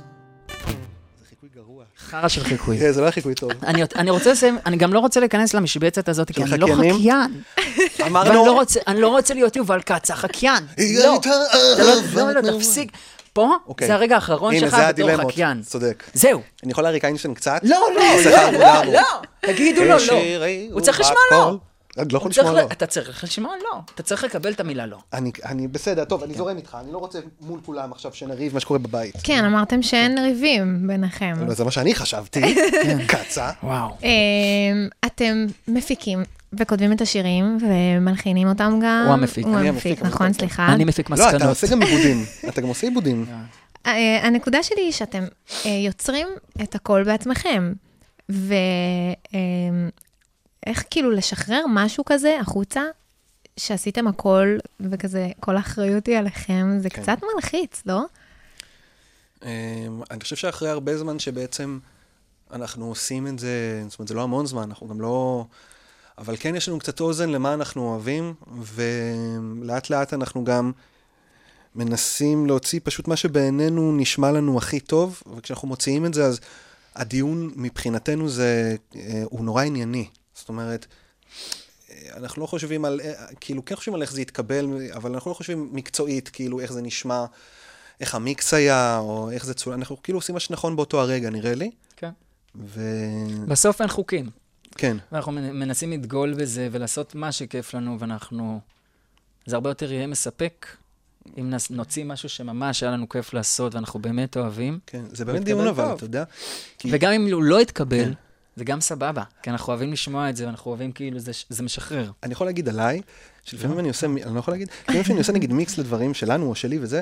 [SPEAKER 6] חיקוי גרוע.
[SPEAKER 5] חרא של חיקוי.
[SPEAKER 6] זה לא היה חיקוי טוב.
[SPEAKER 5] אני, אני רוצה לסיים, אני גם לא רוצה להיכנס למשבצת הזאת, כי אני לא
[SPEAKER 6] חקיינים? אה,
[SPEAKER 5] חקיין. ואני לא רוצה, אני לא רוצה להיות יובל כץ, החקיין.
[SPEAKER 6] היא
[SPEAKER 5] לא.
[SPEAKER 6] הייתה
[SPEAKER 5] אתה לא-
[SPEAKER 6] אהבה
[SPEAKER 5] לא, לא,
[SPEAKER 6] נורא.
[SPEAKER 5] תפסיק. פה,
[SPEAKER 6] אוקיי.
[SPEAKER 5] זה הרגע האחרון
[SPEAKER 6] הנה,
[SPEAKER 5] שלך
[SPEAKER 6] זה
[SPEAKER 5] בתור
[SPEAKER 6] הדילמות.
[SPEAKER 5] חקיין.
[SPEAKER 6] צודק.
[SPEAKER 5] זהו.
[SPEAKER 6] אני יכול להריק איינשטיין קצת?
[SPEAKER 5] לא, לא,
[SPEAKER 6] סליחה,
[SPEAKER 5] לא,
[SPEAKER 6] מודרנו.
[SPEAKER 5] לא, לא. תגידו לו לא.
[SPEAKER 6] שירי
[SPEAKER 5] הוא צריך
[SPEAKER 6] ובת
[SPEAKER 5] לשמוע לא.
[SPEAKER 6] קול. אני לא יכול
[SPEAKER 5] הוא צריך
[SPEAKER 6] לשמוע
[SPEAKER 5] ל-
[SPEAKER 6] לא.
[SPEAKER 5] אתה צריך לשמוע לא. אתה צריך לקבל את המילה לא.
[SPEAKER 6] אני, אני בסדר, טוב,
[SPEAKER 5] כן.
[SPEAKER 6] אני זורם איתך, אני לא רוצה מול כולם עכשיו שנריב מה שקורה בבית.
[SPEAKER 4] כן, אמרתם שאין ריבים ביניכם.
[SPEAKER 6] אבל זה מה שאני חשבתי,
[SPEAKER 5] כן.
[SPEAKER 6] קצה.
[SPEAKER 5] וואו.
[SPEAKER 4] אמ, אתם מפיקים וכותבים את השירים ומלחינים אותם גם.
[SPEAKER 5] הוא המפיק.
[SPEAKER 4] הוא
[SPEAKER 6] אני
[SPEAKER 4] המפיק,
[SPEAKER 6] המפיק,
[SPEAKER 4] נכון,
[SPEAKER 6] אני-
[SPEAKER 4] סליחה.
[SPEAKER 5] אני מפיק
[SPEAKER 6] לא, אתה
[SPEAKER 5] מסקנות.
[SPEAKER 6] עושה גם עיבודים, אתה גם עושה עיבודים.
[SPEAKER 4] אה, הנקודה שלי היא שאתם אה, יוצרים את הכל בעצמכם, ואיך כאילו לשחרר משהו כזה החוצה, שעשיתם הכל, וכזה כל האחריות היא עליכם,
[SPEAKER 6] כן.
[SPEAKER 4] זה קצת מלחיץ, לא?
[SPEAKER 6] אמ, אני חושב שאחרי הרבה זמן שבעצם אנחנו עושים את זה, זאת אומרת, זה לא המון זמן, אנחנו גם לא... אבל כן יש לנו קצת אוזן למה אנחנו אוהבים, ולאט לאט אנחנו גם מנסים להוציא פשוט מה שבעינינו נשמע לנו הכי טוב, וכשאנחנו מוציאים את זה, אז הדיון מבחינתנו זה, אה, הוא נורא ענייני. זאת אומרת, אנחנו לא חושבים על, כאילו, כן חושבים על איך זה יתקבל, אבל אנחנו לא חושבים מקצועית, כאילו, איך זה נשמע, איך המיקס היה, או איך זה צולם, אנחנו כאילו עושים מה שנכון באותו הרגע, נראה לי.
[SPEAKER 5] כן.
[SPEAKER 6] וכן,
[SPEAKER 5] בסוף אין חוקים.
[SPEAKER 6] כן,
[SPEAKER 5] ואנחנו מנ- מנסים לדגול בזה ולעשות מה שכיף לנו, ואנחנו... זה הרבה יותר יהיה מספק אם נס- נוציא משהו שממש היה לנו כיף לעשות ואנחנו באמת אוהבים,
[SPEAKER 6] כן, זה
[SPEAKER 5] הוא
[SPEAKER 6] באמת
[SPEAKER 5] התקבל
[SPEAKER 6] דיון אבל,
[SPEAKER 5] טוב.
[SPEAKER 6] אתה יודע? כי- כן.
[SPEAKER 5] וגם אם הוא לא יתקבל, זה גם סבבה, כי אנחנו אוהבים לשמוע את זה, ואנחנו אוהבים כאילו, זה ש- זה משחרר.
[SPEAKER 6] אני יכול להגיד עליי, שלפעמים אני עושה, מ- אני לא יכול להגיד, לפעמים שאני עושה נגיד מיקס לדברים שלנו או שלי וזה,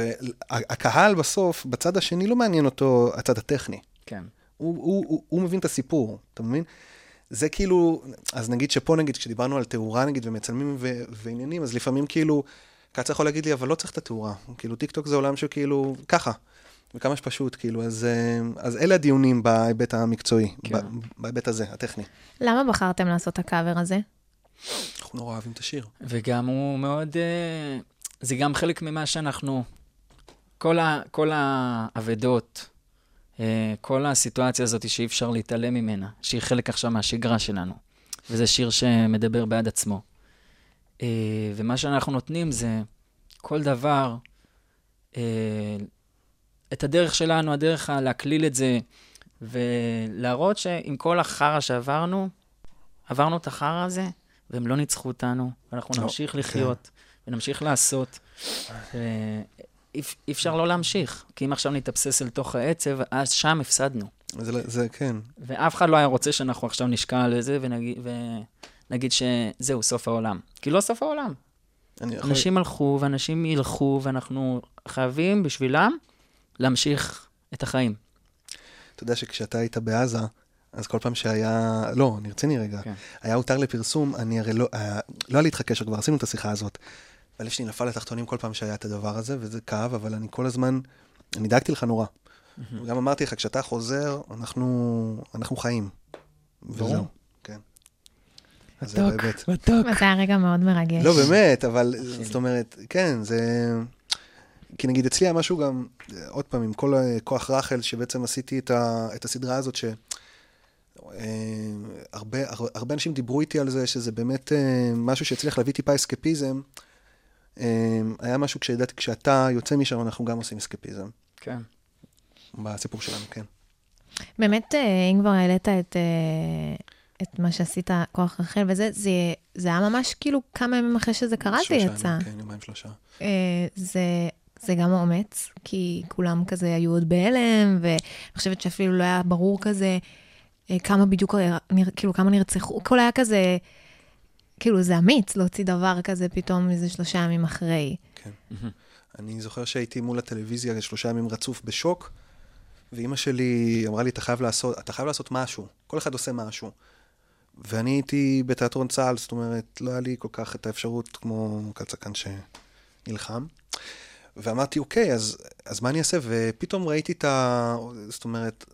[SPEAKER 6] והקהל בסוף, בצד השני לא מעניין אותו הצד הטכני.
[SPEAKER 5] כן.
[SPEAKER 6] הוא, הוא, הוא, הוא מבין את הסיפור, אתה מבין? זה כאילו, אז נגיד שפה נגיד, כשדיברנו על תאורה נגיד, ומצלמים ו- ועניינים, אז לפעמים כאילו, קצה יכול להגיד לי, אבל לא צריך את התאורה. כאילו, טיקטוק זה עולם שכאילו, ככה. וכמה שפשוט, כאילו, אז, אה, אז אלה הדיונים בהיבט המקצועי,
[SPEAKER 5] כן.
[SPEAKER 6] ב- בהיבט הזה, הטכני.
[SPEAKER 4] למה בחרתם לעשות את הקאבר הזה?
[SPEAKER 6] אנחנו נורא אוהבים את השיר.
[SPEAKER 5] וגם הוא מאוד... אה, זה גם חלק ממה שאנחנו... כל, ה, כל האבדות, אה, כל הסיטואציה הזאת שאי אפשר להתעלם ממנה, שהיא חלק עכשיו מהשגרה שלנו. וזה שיר שמדבר בעד עצמו. אה, ומה שאנחנו נותנים זה כל דבר, אה, את הדרך שלנו, הדרך ה- להקליל את זה, ולהראות שעם כל החרא שעברנו, עברנו את החרא הזה, והם לא ניצחו אותנו, ואנחנו
[SPEAKER 6] לא,
[SPEAKER 5] נמשיך
[SPEAKER 6] כן.
[SPEAKER 5] לחיות, ונמשיך לעשות. אה, אי אפ- אי אפשר לא להמשיך, כי אם עכשיו נתאבסס אל תוך העצב, אז שם הפסדנו.
[SPEAKER 6] זה, לא- זה כן.
[SPEAKER 5] ואף אחד לא היה רוצה שאנחנו עכשיו נשקע על זה ונגיד, ונגיד שזהו, סוף העולם. כי לא סוף העולם.
[SPEAKER 6] אני יכול...
[SPEAKER 5] אנשים הלכו, ואנשים ילכו, ואנחנו חייבים בשבילם להמשיך את החיים.
[SPEAKER 6] אתה יודע שכשאתה היית בעזה, אז כל פעם שהיה, לא, אני רציני רגע,
[SPEAKER 5] כן.
[SPEAKER 6] היה הותר לפרסום, אני הרי לא, אה, לא היה לי איתך קשר, כבר עשינו את השיחה הזאת. אבל יש לי נפל לתחתונים כל פעם שהיה את הדבר הזה, וזה כאב, אבל אני כל הזמן, אני דאגתי לך נורא. גם אמרתי לך, כשאתה חוזר, אנחנו, אנחנו חיים. וזהו, כן. אז זה באמת.
[SPEAKER 5] מתוק.
[SPEAKER 4] זה היה רגע מאוד מרגש.
[SPEAKER 6] לא, באמת, אבל זאת אומרת, כן, זה... כי נגיד אצלי היה משהו גם, אה, עוד פעם, עם כל אה, כוח רחל, שבעצם עשיתי את, ה, את הסדרה הזאת, שהרבה הרבה אנשים דיברו איתי על זה, שזה באמת אה, משהו שהצליח להביא טיפה אסקפיזם. אה, היה משהו כשידעתי, כשאתה יוצא משם, אנחנו גם עושים אסקפיזם,
[SPEAKER 5] כן.
[SPEAKER 6] בסיפור שלנו, כן.
[SPEAKER 4] באמת, אה, אם כבר העלית את, אה, את מה שעשית, כוח רחל וזה, זה, זה היה ממש כאילו כמה ימים אחרי שזה קרה, זה
[SPEAKER 6] שלושה
[SPEAKER 4] יצא.
[SPEAKER 6] ימים, כן, יומיים שלושה.
[SPEAKER 4] אה, זה, זה גם אומץ, כי כולם כזה היו עוד בהלם, ואני חושבת שאפילו לא היה ברור כזה אה, כמה בדיוק, היה- נר- כאילו כמה נרצחו, הכל היה כזה, כאילו זה אמיץ להוציא דבר כזה פתאום איזה שלושה ימים אחרי.
[SPEAKER 6] כן. אני זוכר שהייתי מול הטלוויזיה שלושה ימים רצוף בשוק, ואימא שלי אמרה לי, אתה חייב לעשות, אתה חייב לעשות משהו. כל אחד עושה משהו. ואני הייתי בתיאטרון צה"ל, זאת אומרת, לא היה לי כל כך את האפשרות כמו קלצקן שנלחם. ואמרתי, אוקיי, אז, אז מה אני אעשה? ופתאום ראיתי את ה... זאת אומרת,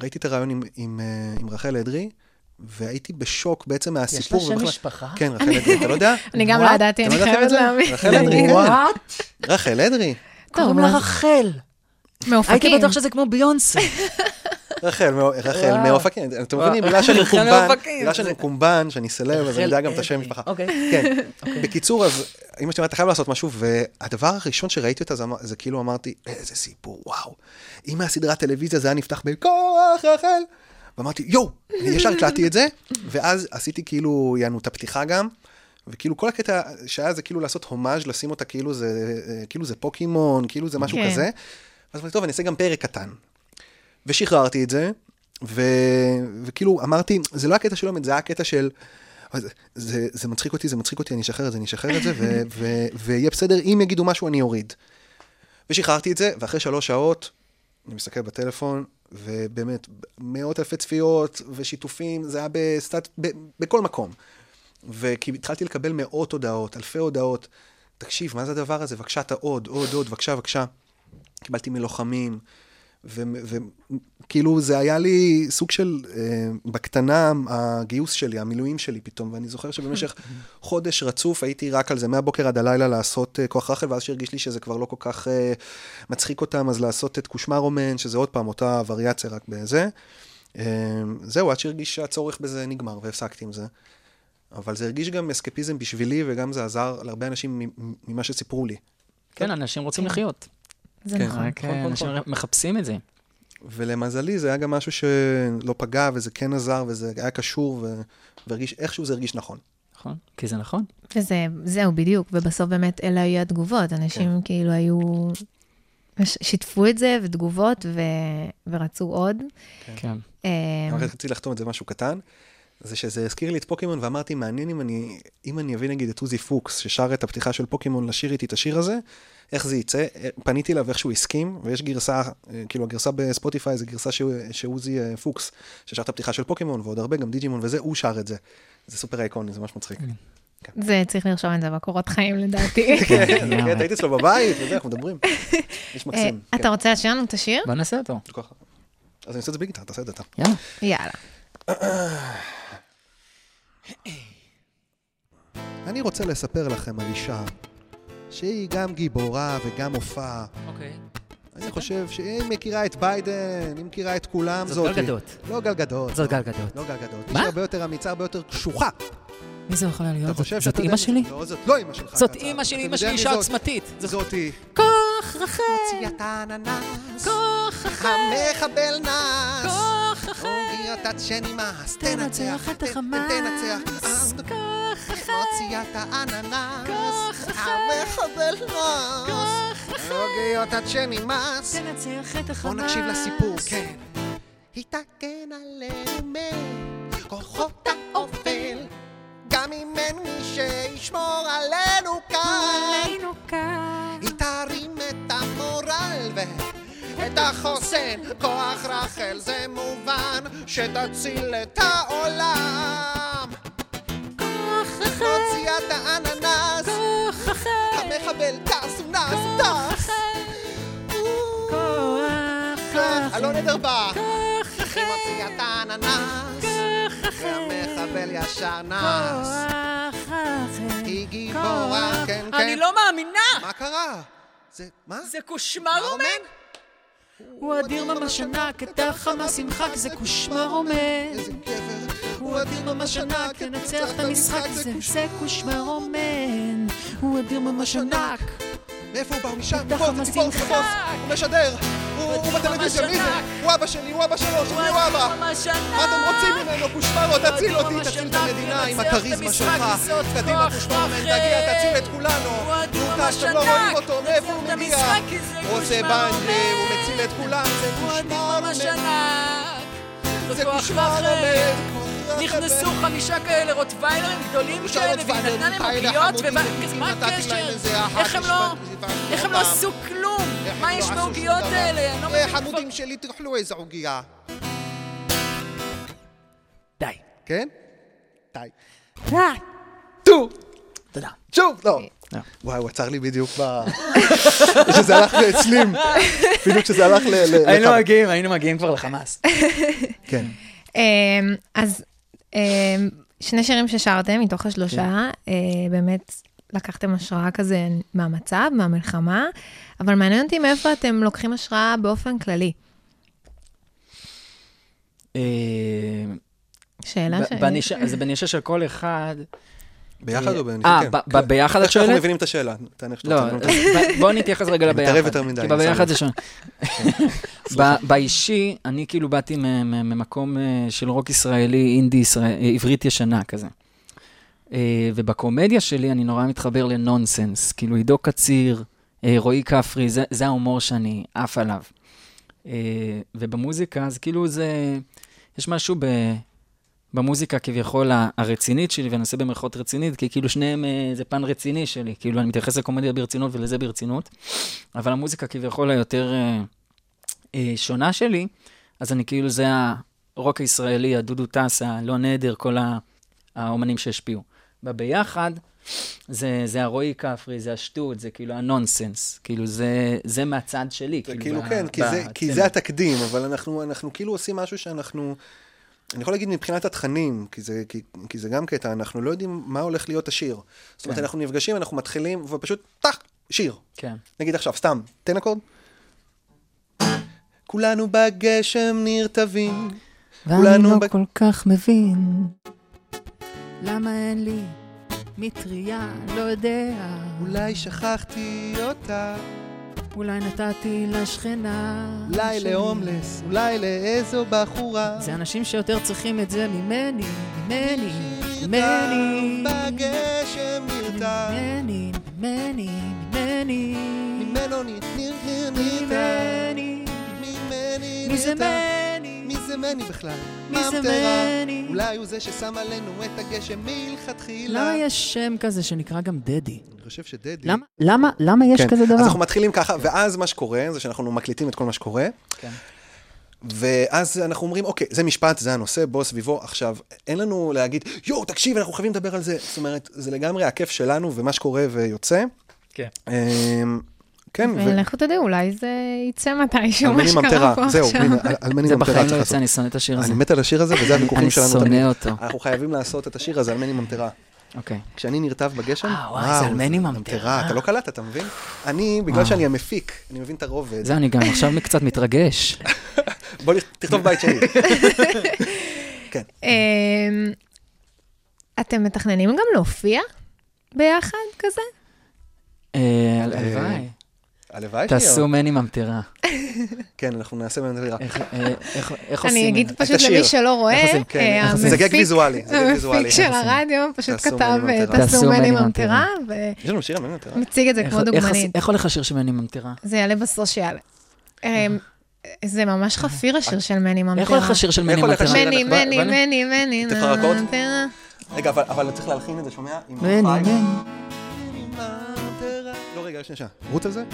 [SPEAKER 6] ראיתי את הרעיון עם, עם, אה, עם רחל אדרי, והייתי בשוק בעצם מהסיפור.
[SPEAKER 7] שם
[SPEAKER 6] ובכלל-
[SPEAKER 7] משפחה?
[SPEAKER 6] כן, רחל אדרי, אתה לא יודע?
[SPEAKER 4] אני גם לא
[SPEAKER 6] What?
[SPEAKER 4] ידעתי,
[SPEAKER 6] אתם
[SPEAKER 4] אני
[SPEAKER 6] לא ידעתם
[SPEAKER 4] חייבת
[SPEAKER 6] את זה?
[SPEAKER 4] להאמין.
[SPEAKER 6] רחל אדרי, כן.
[SPEAKER 7] וואט?
[SPEAKER 6] רחל אדרי.
[SPEAKER 4] טוב,
[SPEAKER 7] קוראים לה רחל. הייתי
[SPEAKER 4] מאופקים.
[SPEAKER 7] בטוח שזה כמו ביונסה.
[SPEAKER 6] רחל, מאו- רחל
[SPEAKER 7] וואו.
[SPEAKER 6] מאופקים. אתם מבינים,
[SPEAKER 5] וואו.
[SPEAKER 6] בגלל שאני
[SPEAKER 5] רחל
[SPEAKER 6] קומבן,
[SPEAKER 5] מאופקים,
[SPEAKER 6] בגלל שאני
[SPEAKER 5] זה-
[SPEAKER 6] קומבן, שאני סלב, אז אני
[SPEAKER 7] רחל
[SPEAKER 6] יודע גם את
[SPEAKER 7] אדרי.
[SPEAKER 6] השם המשפחה.
[SPEAKER 7] אוקיי.
[SPEAKER 6] כן. בקיצור, אז אמא שלי אומרת, אתה חייב לעשות משהו, והדבר הראשון שראיתי אותה, זה אמר- זה כאילו אמרתי, איזה סיפור, וואו. אם מהסדרת טלוויזיה זה היה נפתח בכוח, רחל. ואמרתי, יואו, אני ישר הקלטתי את זה, ואז עשיתי כאילו, יענו, את הפתיחה גם. וכאילו כל הקטע שהיה זה כאילו לעשות הומאז', לשים אותה כאילו זה, כאילו זה פוקימון, כאילו זה משהו
[SPEAKER 4] כן.
[SPEAKER 6] כזה. אז אמרתי, טוב, אני אעשה גם פרק קטן. ושחררתי את זה, ו... וכאילו אמרתי, זה לא הקטע של אומץ, זה היה הקטע של, "אז זה, זה מצחיק אותי, זה מצחיק אותי, אני אשחרר את זה, אני אשחרר את זה, ו... ו... ויהיה בסדר, אם יגידו משהו אני אוריד. ושחררתי את זה, ואחרי שלוש שעות, אני מסתכל בטלפון, ובאמת, מאות אלפי צפיות ושיתופים, זה היה בסטט... ב... בכל מקום. וכי התחלתי לקבל מאות הודעות, אלפי הודעות, תקשיב, מה זה הדבר הזה? בבקשה, אתה עוד, עוד, עוד, בבקשה, בבקשה. קיבלתי מלוחמים, וכאילו זה היה לי סוג של, אה, בקטנה, הגיוס שלי, המילואים שלי פתאום, ואני זוכר שבמשך חודש רצוף הייתי רק על זה, מהבוקר עד הלילה לעשות אה, כוח רחל, ואז שהרגיש לי שזה כבר לא כל כך אה, מצחיק אותם, אז לעשות את קושמרומן, שזה עוד פעם אותה וריאציה רק בזה. אה, זהו, עד שהרגיש שהצורך בזה נגמר, והפסקתי עם זה. אבל זה הרגיש גם אסקפיזם בשבילי, וגם זה עזר להרבה אנשים מ- ממה שסיפרו לי.
[SPEAKER 5] כן, אנשים רוצים לחיות.
[SPEAKER 4] זה
[SPEAKER 6] כן.
[SPEAKER 4] נכון.
[SPEAKER 5] רק
[SPEAKER 6] נכון,
[SPEAKER 5] אה, אנשים מחפשים את זה.
[SPEAKER 6] ולמזלי זה היה גם משהו שלא פגע, וזה כן עזר, וזה היה קשור, ו... והרגיש, איכשהו זה הרגיש נכון.
[SPEAKER 5] נכון? כי זה נכון.
[SPEAKER 4] וזה, זהו, בדיוק. ובסוף באמת אלה היו התגובות. אנשים כאילו היו... ש- שיתפו את זה, ותגובות, ו... ורצו עוד.
[SPEAKER 5] כן.
[SPEAKER 4] אה,
[SPEAKER 6] אבל רציתי לחתום את זה משהו קטן, זה שזה הזכיר לי את פוקימון, ואמרתי, מעניין אם אני, אם אני אביא נגיד את עוזי פוקס, ששר את הפתיחה של פוקימון לשיר איתי את השיר הזה, איך זה יצא. פניתי אליו איך שהוא הסכים, ויש גרסה, אה, כאילו הגרסה בספוטיפיי, זו גרסה ש... שעוזי אה, פוקס, ששר את הפתיחה של פוקימון, ועוד הרבה, גם דיג'ימון וזה, הוא שר את זה. זה סופר אייקוני, זה ממש
[SPEAKER 4] כן.
[SPEAKER 6] מצחיק.
[SPEAKER 4] זה, צריך לרשום את זה בקורות חיים, לדעתי.
[SPEAKER 6] כן, זה קטע, הייתי אצלו בבית, וזה, אנחנו מדברים. יש
[SPEAKER 4] אה,
[SPEAKER 6] מקסים. כן.
[SPEAKER 4] אתה רוצה לשיר לנו את השיר?
[SPEAKER 5] בוא נעשה אותו.
[SPEAKER 6] כל כך- אז אני עושה את זה בלי גיטרה, תעשה את זה אתה.
[SPEAKER 5] יאללה.
[SPEAKER 4] יאללה.
[SPEAKER 6] אני רוצה לספר לכם על אישה שהיא גם גיבורה וגם הופעה.
[SPEAKER 8] אוקיי.
[SPEAKER 6] אני חושב שהיא מכירה את ביידן, היא מכירה את כולם,
[SPEAKER 8] זאת
[SPEAKER 6] זאתי.
[SPEAKER 8] גל גדות.
[SPEAKER 6] לא גל גדות.
[SPEAKER 8] זאת
[SPEAKER 6] לא.
[SPEAKER 8] גל גדות.
[SPEAKER 6] לא גל גדות.
[SPEAKER 8] מה?
[SPEAKER 6] היא הרבה יותר אמיצה, הרבה יותר קשוחה.
[SPEAKER 8] מי זה יכולה
[SPEAKER 6] אתה
[SPEAKER 8] להיות?
[SPEAKER 6] חושב
[SPEAKER 8] זאת
[SPEAKER 6] שאתה
[SPEAKER 8] אימא
[SPEAKER 6] יודע-
[SPEAKER 8] שלי?
[SPEAKER 6] לא, זאת לא אימא שלך.
[SPEAKER 8] זאת
[SPEAKER 6] אתה-
[SPEAKER 8] אימא שלי,
[SPEAKER 6] אתה
[SPEAKER 8] אימא
[SPEAKER 6] יודע
[SPEAKER 8] שלי
[SPEAKER 6] מי
[SPEAKER 8] אישה
[SPEAKER 6] זאת?
[SPEAKER 8] עוצמתית. זאת-
[SPEAKER 6] זאתי.
[SPEAKER 8] כוח רחל,
[SPEAKER 6] ציית האננס,
[SPEAKER 8] כוח רחל,
[SPEAKER 6] המחבל נס.
[SPEAKER 8] כוח רחל,
[SPEAKER 6] אוגיית הצ'נימאס, תנצח,
[SPEAKER 8] תנצח את
[SPEAKER 6] תן-
[SPEAKER 8] החמאס.
[SPEAKER 6] תנצח.
[SPEAKER 8] כוח רחל,
[SPEAKER 6] מוציאת האננס,
[SPEAKER 8] כוח רחל.
[SPEAKER 6] המחבל נס.
[SPEAKER 8] כוח רחל,
[SPEAKER 6] אוגיות הצ'נימאס.
[SPEAKER 8] תנצח את
[SPEAKER 6] בוא
[SPEAKER 8] החמאס.
[SPEAKER 6] נקשיב לסיפור, כן. היא תגן עלינו מכוחות האופל, גם אם אין מי שישמור עלינו כאן.
[SPEAKER 8] עלינו כאן.
[SPEAKER 6] היא תרים את המורל ואת החוסן. כוח רחל זה מובן שתציל את העולם.
[SPEAKER 8] כוח רחל,
[SPEAKER 6] הוציאה את האננס,
[SPEAKER 8] כוח רחל,
[SPEAKER 6] המחבל טס ונס טס.
[SPEAKER 8] כוח רחל,
[SPEAKER 6] אלון אדרבה.
[SPEAKER 8] כוח
[SPEAKER 6] היא
[SPEAKER 8] רחל,
[SPEAKER 6] מוציאה את האננס,
[SPEAKER 8] כוח רחל,
[SPEAKER 6] והמחבל ישר נס.
[SPEAKER 8] כוח רחל.
[SPEAKER 6] היא גיבורה,
[SPEAKER 8] כוח-
[SPEAKER 6] כן, כן.
[SPEAKER 8] אני לא מאמינה!
[SPEAKER 6] מה קרה? זה, מה?
[SPEAKER 8] זה
[SPEAKER 6] מה
[SPEAKER 8] קושמר
[SPEAKER 6] אומר?
[SPEAKER 8] עומד? הוא אדיר ממש ענק, אתה חמאס ימחק, זה קושמר עומד.
[SPEAKER 6] איזה גבר.
[SPEAKER 8] הוא אדיר ממש ענק, תנצח כן את המשחק, זה זה קושמר עומד. הוא אדיר ממש ענק,
[SPEAKER 6] מאיפה הוא בא? הוא משם,
[SPEAKER 8] אתה
[SPEAKER 6] פה,
[SPEAKER 8] חמאס
[SPEAKER 6] ציפור,
[SPEAKER 8] ימחק.
[SPEAKER 6] ציפור, הוא משדר, הוא- הוא
[SPEAKER 8] אדיר
[SPEAKER 6] בטלוויזיה,
[SPEAKER 8] ממש
[SPEAKER 6] מי זה?
[SPEAKER 8] ענק.
[SPEAKER 6] הוא אבא שלי, הוא אבא שלו,
[SPEAKER 8] הוא
[SPEAKER 6] שלי הוא
[SPEAKER 8] אדיר
[SPEAKER 6] אבא.
[SPEAKER 8] ממש
[SPEAKER 6] מה
[SPEAKER 8] ענק.
[SPEAKER 6] אתם רוצים ממנו? קושמרו, תציל
[SPEAKER 8] אדיר
[SPEAKER 6] אותי,
[SPEAKER 8] ממש
[SPEAKER 6] תציל את
[SPEAKER 8] ענק,
[SPEAKER 6] המדינה עם
[SPEAKER 8] תנצח את
[SPEAKER 6] הכריזמה
[SPEAKER 8] המשחק,
[SPEAKER 6] שלך.
[SPEAKER 8] וזאת
[SPEAKER 6] קדימה,
[SPEAKER 8] כוח,
[SPEAKER 6] קושמרו,
[SPEAKER 8] רחל.
[SPEAKER 6] תגיע, תציל את כולנו.
[SPEAKER 8] הוא אדיר
[SPEAKER 6] הוא
[SPEAKER 8] ממש
[SPEAKER 6] טס, אתם לא רואים
[SPEAKER 8] ענק.
[SPEAKER 6] אותו, מאיפה
[SPEAKER 8] תנצח
[SPEAKER 6] הוא
[SPEAKER 8] את
[SPEAKER 6] מגיע?
[SPEAKER 8] המשחק, כי זה
[SPEAKER 6] הוא עושה
[SPEAKER 8] קושמרו.
[SPEAKER 6] בנג'י, הוא מציל את כולם, זה
[SPEAKER 8] הוא אדיר ממש
[SPEAKER 6] קושמרו.
[SPEAKER 8] ענק. זה
[SPEAKER 6] זה
[SPEAKER 8] כוח
[SPEAKER 6] קושמרו,
[SPEAKER 8] רחל.
[SPEAKER 6] באמת.
[SPEAKER 8] נכנסו חמישה כאלה רוטוויילרים גדולים
[SPEAKER 6] שלושה
[SPEAKER 8] כאלה, והיא
[SPEAKER 6] רוטוויילרים,
[SPEAKER 8] נתנה להם
[SPEAKER 6] כאלה
[SPEAKER 8] עוגיות,
[SPEAKER 6] חמודים, חמודים,
[SPEAKER 8] ומה
[SPEAKER 6] נתתי להם
[SPEAKER 8] הקשר?
[SPEAKER 6] איזה אחת
[SPEAKER 8] איך הם לא-
[SPEAKER 6] ושבע- ושבע-
[SPEAKER 8] איך הם לא
[SPEAKER 6] אותם.
[SPEAKER 8] עשו כלום?
[SPEAKER 6] איך
[SPEAKER 8] מה
[SPEAKER 6] הם לא
[SPEAKER 8] יש
[SPEAKER 6] עשו שום
[SPEAKER 8] בעוגיות
[SPEAKER 6] דבר?
[SPEAKER 8] האלה? אני לא
[SPEAKER 6] אה,
[SPEAKER 8] מבין כבר-
[SPEAKER 6] חמודים שלי, תאכלו איזה עוגיה.
[SPEAKER 8] די.
[SPEAKER 6] כן? די.
[SPEAKER 8] די.
[SPEAKER 6] טו!
[SPEAKER 8] תודה.
[SPEAKER 6] שוב, לא.
[SPEAKER 5] לא.
[SPEAKER 6] וואי, הוא עצר לי בדיוק ב... שזה הלך לאצלים. בדיוק שזה הלך ל... ל-
[SPEAKER 5] היינו
[SPEAKER 6] לכאן.
[SPEAKER 5] מגיעים, היינו מגיעים כבר לחמאס.
[SPEAKER 6] כן.
[SPEAKER 4] אמ, אז אמ, שני שירים ששרתם מתוך השלושה, אה, באמת לקחתם השראה כזה מהמצב, מהמלחמה, אבל מעניין אותי מאיפה אתם לוקחים השראה באופן כללי.
[SPEAKER 5] אה,
[SPEAKER 4] שאלה ש...
[SPEAKER 5] ב- בנישה- אז בנישה של כל אחד...
[SPEAKER 6] ביחד
[SPEAKER 5] אה,
[SPEAKER 6] או בנישה?
[SPEAKER 5] אה,
[SPEAKER 6] כן,
[SPEAKER 5] ב-
[SPEAKER 6] כן.
[SPEAKER 5] בביחד את
[SPEAKER 6] איך שאנחנו
[SPEAKER 5] שואלת?
[SPEAKER 6] מבינים את השאלה. תענה שאתה
[SPEAKER 5] לא,
[SPEAKER 6] רוצה. לענות.
[SPEAKER 5] ב- בוא נתייחס רגע
[SPEAKER 6] אני
[SPEAKER 5] לביחד.
[SPEAKER 6] מתערב יותר מדי, כן.
[SPEAKER 5] כי
[SPEAKER 6] אני שם
[SPEAKER 5] בביחד
[SPEAKER 6] לב.
[SPEAKER 5] זה שונה. ב- באישי, אני כאילו באתי מ- מ- ממקום אה, של רוק ישראלי, אינדי ישראל, אה, עברית ישנה כזה. אה, ובקומדיה שלי אני נורא מתחבר לנונסנס, כאילו עידו קציר, אה, רועי כפרי, זה- זה ההומור שאני עף עליו. אה, ובמוזיקה, אז כאילו זה, יש משהו ב... במוזיקה כביכול ה- הרצינית שלי, ואני עושה במרכאות רצינית, כי כאילו שניהם אה, זה פן רציני שלי, כאילו אני מתייחס לקומדיה ברצינות ולזה ברצינות, אבל המוזיקה כביכול היותר אה, אה, שונה שלי, אז אני כאילו, זה הרוק הישראלי, הדודו טסה, לא נדר, כל ה- האומנים שהשפיעו. בביחד, זה, זה הרועי כפרי, זה השטות, זה כאילו הנונסנס, כאילו זה, זה מהצד שלי.
[SPEAKER 6] זה כאילו
[SPEAKER 5] ב-
[SPEAKER 6] כן, כי
[SPEAKER 5] אה, ב-
[SPEAKER 6] זה- כי
[SPEAKER 5] אצלנו.
[SPEAKER 6] זה התקדים, אבל אנחנו אנחנו כאילו עושים משהו שאנחנו... אני יכול להגיד מבחינת התכנים, כי זה, כי, כי זה גם קטע, אנחנו לא יודעים מה הולך להיות השיר. זאת אומרת, אנחנו נפגשים, אנחנו מתחילים, ופשוט טאח, שיר.
[SPEAKER 5] כן.
[SPEAKER 6] נגיד עכשיו, סתם, תן אקורד. כולנו בגשם נרטבים, כולנו ב-
[SPEAKER 7] לא כל כך מבין למה אין לי מטריה, לא יודע.
[SPEAKER 6] אולי שכחתי אותה,
[SPEAKER 7] אולי נתתי לשכנה
[SPEAKER 6] אולי
[SPEAKER 7] שלי.
[SPEAKER 6] להומלס, אולי לאיזו בחורה.
[SPEAKER 7] זה אנשים שיותר צריכים את זה ממני, ממני,
[SPEAKER 6] נרטב
[SPEAKER 7] ממני.
[SPEAKER 6] בגשם נרטב,
[SPEAKER 7] ממני, ממני, ממני.
[SPEAKER 6] ממנו נ- נר- נר- נרטב,
[SPEAKER 7] ממני.
[SPEAKER 6] ממני
[SPEAKER 7] מי זה
[SPEAKER 6] נרטב.
[SPEAKER 7] מני?
[SPEAKER 6] מי זה מני בכלל?
[SPEAKER 7] מי זה
[SPEAKER 6] ממטרה.
[SPEAKER 7] מני?
[SPEAKER 6] אולי הוא זה ששם עלינו את הגשם מלכתחילה.
[SPEAKER 7] למה יש שם כזה שנקרא גם דדי?
[SPEAKER 6] אני חושב שדדי...
[SPEAKER 7] למה- למה למה יש
[SPEAKER 6] כן.
[SPEAKER 7] כזה
[SPEAKER 6] אז
[SPEAKER 7] דבר?
[SPEAKER 6] אנחנו מתחילים ככה, ואז מה שקורה זה שאנחנו מקליטים את כל מה שקורה.
[SPEAKER 5] כן.
[SPEAKER 6] ואז אנחנו אומרים, אוקיי, זה משפט, זה הנושא, בוא סביבו. עכשיו, אין לנו להגיד, יואו, תקשיב, אנחנו חייבים לדבר על זה. זאת אומרת, זה לגמרי הכיף שלנו ומה שקורה ויוצא.
[SPEAKER 5] כן.
[SPEAKER 6] אמ, כן, ו-
[SPEAKER 4] ולכו תדעו, אולי זה יצא מתישהו, מה
[SPEAKER 6] אלמני
[SPEAKER 4] שקרה
[SPEAKER 6] ממטרה,
[SPEAKER 4] פה
[SPEAKER 6] זהו,
[SPEAKER 4] עכשיו.
[SPEAKER 6] הנה, אל- אלמני
[SPEAKER 5] זה
[SPEAKER 6] ממטרה צריך
[SPEAKER 5] בחיים לא יוצא,
[SPEAKER 6] לעשות.
[SPEAKER 5] אני שונא את השיר הזה.
[SPEAKER 6] אני מת על השיר הזה, וזה הוויכוחים
[SPEAKER 5] אני
[SPEAKER 6] שלנו.
[SPEAKER 5] שונא
[SPEAKER 6] תמיד.
[SPEAKER 5] אותו.
[SPEAKER 6] אנחנו חייבים לעשות את השיר הזה, אלמני ממטרה.
[SPEAKER 5] אוקיי.
[SPEAKER 6] כשאני נרטב בגשם,
[SPEAKER 5] אה, וואי, זה על מני ממטרה.
[SPEAKER 6] אתה לא קלט, אתה מבין? אני, בגלל שאני המפיק, אני מבין את הרובד.
[SPEAKER 5] אה. זה, אני גם עכשיו קצת מתרגש.
[SPEAKER 6] בוא נכ- תכתוב בית שני. אה.
[SPEAKER 4] אמ, אתם מתכננים גם להופיע ביחד כזה?
[SPEAKER 5] אה, הלוואי.
[SPEAKER 6] הלוואי שיהיה.
[SPEAKER 5] תעשו מני ממטרה.
[SPEAKER 6] כן, אנחנו נעשה ממנו דירה.
[SPEAKER 5] איך- אה, איך- איך עושים
[SPEAKER 4] אני אגיד
[SPEAKER 5] את זה?
[SPEAKER 4] פשוט
[SPEAKER 6] השיר.
[SPEAKER 4] למי שלא רואה,
[SPEAKER 5] איך עושים?
[SPEAKER 4] אה,
[SPEAKER 6] אה, כן, איך עושים? זה גג
[SPEAKER 4] המפיק-
[SPEAKER 6] ויזואלי, זה גג ויזואלי.
[SPEAKER 4] המפיק
[SPEAKER 6] איך
[SPEAKER 4] של
[SPEAKER 6] עושים?
[SPEAKER 4] הרדיו פשוט
[SPEAKER 6] תעשו
[SPEAKER 4] כתב
[SPEAKER 6] מני
[SPEAKER 4] אה,
[SPEAKER 6] ממטרה.
[SPEAKER 4] תעשו מני ממטרה,
[SPEAKER 6] יש לנו שיר על מני ממטרה?
[SPEAKER 4] ומציג את זה
[SPEAKER 5] איך-
[SPEAKER 4] כמו
[SPEAKER 5] איך
[SPEAKER 4] דוגמנית.
[SPEAKER 5] עושים- איך הולך השיר של מני ממטרה?
[SPEAKER 4] זה יעלה בסושיאל. אמ, זה ממש חפיר השיר של מני ממטרה.
[SPEAKER 5] איך הולך השיר של מני
[SPEAKER 6] הולך
[SPEAKER 5] ממטרה?
[SPEAKER 6] השיר?
[SPEAKER 4] מני,
[SPEAKER 6] בוא-
[SPEAKER 4] מני,
[SPEAKER 6] בוא נ-
[SPEAKER 4] מני, מני,
[SPEAKER 6] תפתח ארכות.
[SPEAKER 4] ממטרה.
[SPEAKER 6] רגע, אבל- אבל צריך להלחין את זה, שומע? עם
[SPEAKER 7] מני,
[SPEAKER 6] חיים.
[SPEAKER 7] מני.
[SPEAKER 6] לא, רגע, שנייה, שנייה. רות על זה?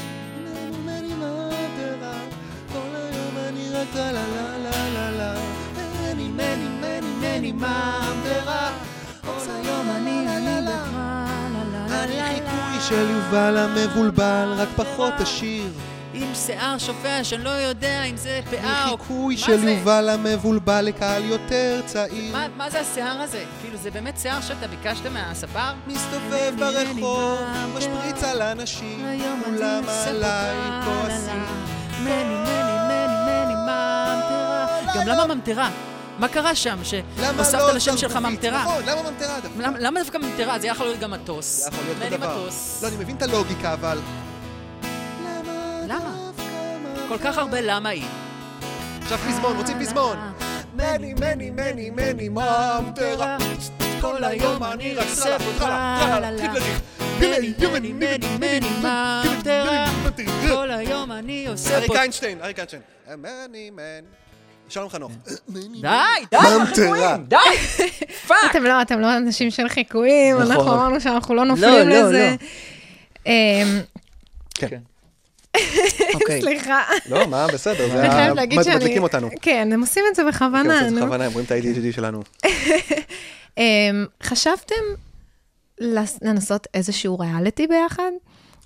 [SPEAKER 6] של יובל המבולבל, רק פחות עשיר.
[SPEAKER 7] עם שיער שופע שאני לא יודע אם זה פאה או...
[SPEAKER 6] חיקוי
[SPEAKER 7] מה
[SPEAKER 6] של
[SPEAKER 7] זה?
[SPEAKER 6] יובל המבולבל לקהל יותר צעיר.
[SPEAKER 7] מה- מה זה השיער הזה? כאילו, זה באמת שיער שאתה ביקשת מהספר?
[SPEAKER 6] מסתובב ברחוב, משפריץ על אנשים, כולם עליי כועסים.
[SPEAKER 7] מני, מני, מני, מני, ממטרה. גם למה ממטרה? מה קרה שם
[SPEAKER 6] למה
[SPEAKER 7] שהוספת
[SPEAKER 6] לא
[SPEAKER 7] לשם שלך
[SPEAKER 6] זרקופית?
[SPEAKER 7] ממטרה?
[SPEAKER 6] נכון, למה ממטרה דווקא?
[SPEAKER 7] למה למה דווקא ממטרה? זה יכול להיות גם מטוס.
[SPEAKER 6] זה יכול להיות
[SPEAKER 7] מני
[SPEAKER 6] אותו דבר.
[SPEAKER 7] מטוס.
[SPEAKER 6] לא, אני מבין את הלוגיקה, אבל... למה
[SPEAKER 7] למה?
[SPEAKER 6] דווקא
[SPEAKER 7] כל כך הרבה למה היא.
[SPEAKER 6] עכשיו פזמון, רוצים פזמון. מני, מני, מני, מני, ממטרה. כל היום אני רק סלח אותך.
[SPEAKER 7] מני, מני, מני, מני, ממטרה. כל היום אני עושה
[SPEAKER 6] אריק
[SPEAKER 7] פה...
[SPEAKER 6] איינשטיין, אריק איינשטיין. מני, מני. שלום חנוך.
[SPEAKER 7] די, די, עם החיקויים, די! פאק!
[SPEAKER 4] אתם לא, אתם לא אנשים של חיקויים, אנחנו אמרנו שאנחנו לא נופלים
[SPEAKER 5] לא,
[SPEAKER 4] לזה. אמ,
[SPEAKER 6] כן. אוקיי.
[SPEAKER 4] סליחה,
[SPEAKER 6] לא, מה, בסדר, זה
[SPEAKER 4] אני
[SPEAKER 6] ה-
[SPEAKER 4] חייבת להגיד שאני...
[SPEAKER 6] מדליקים אותנו.
[SPEAKER 4] כן, הם עושים את זה
[SPEAKER 6] כן,
[SPEAKER 4] בכוונה.
[SPEAKER 6] עושים
[SPEAKER 4] נו.
[SPEAKER 6] בכוונה, הם רואים את ה-ADHD שלנו.
[SPEAKER 4] אמ, חשבתם לס- לנסות איזשהו ריאליטי ביחד?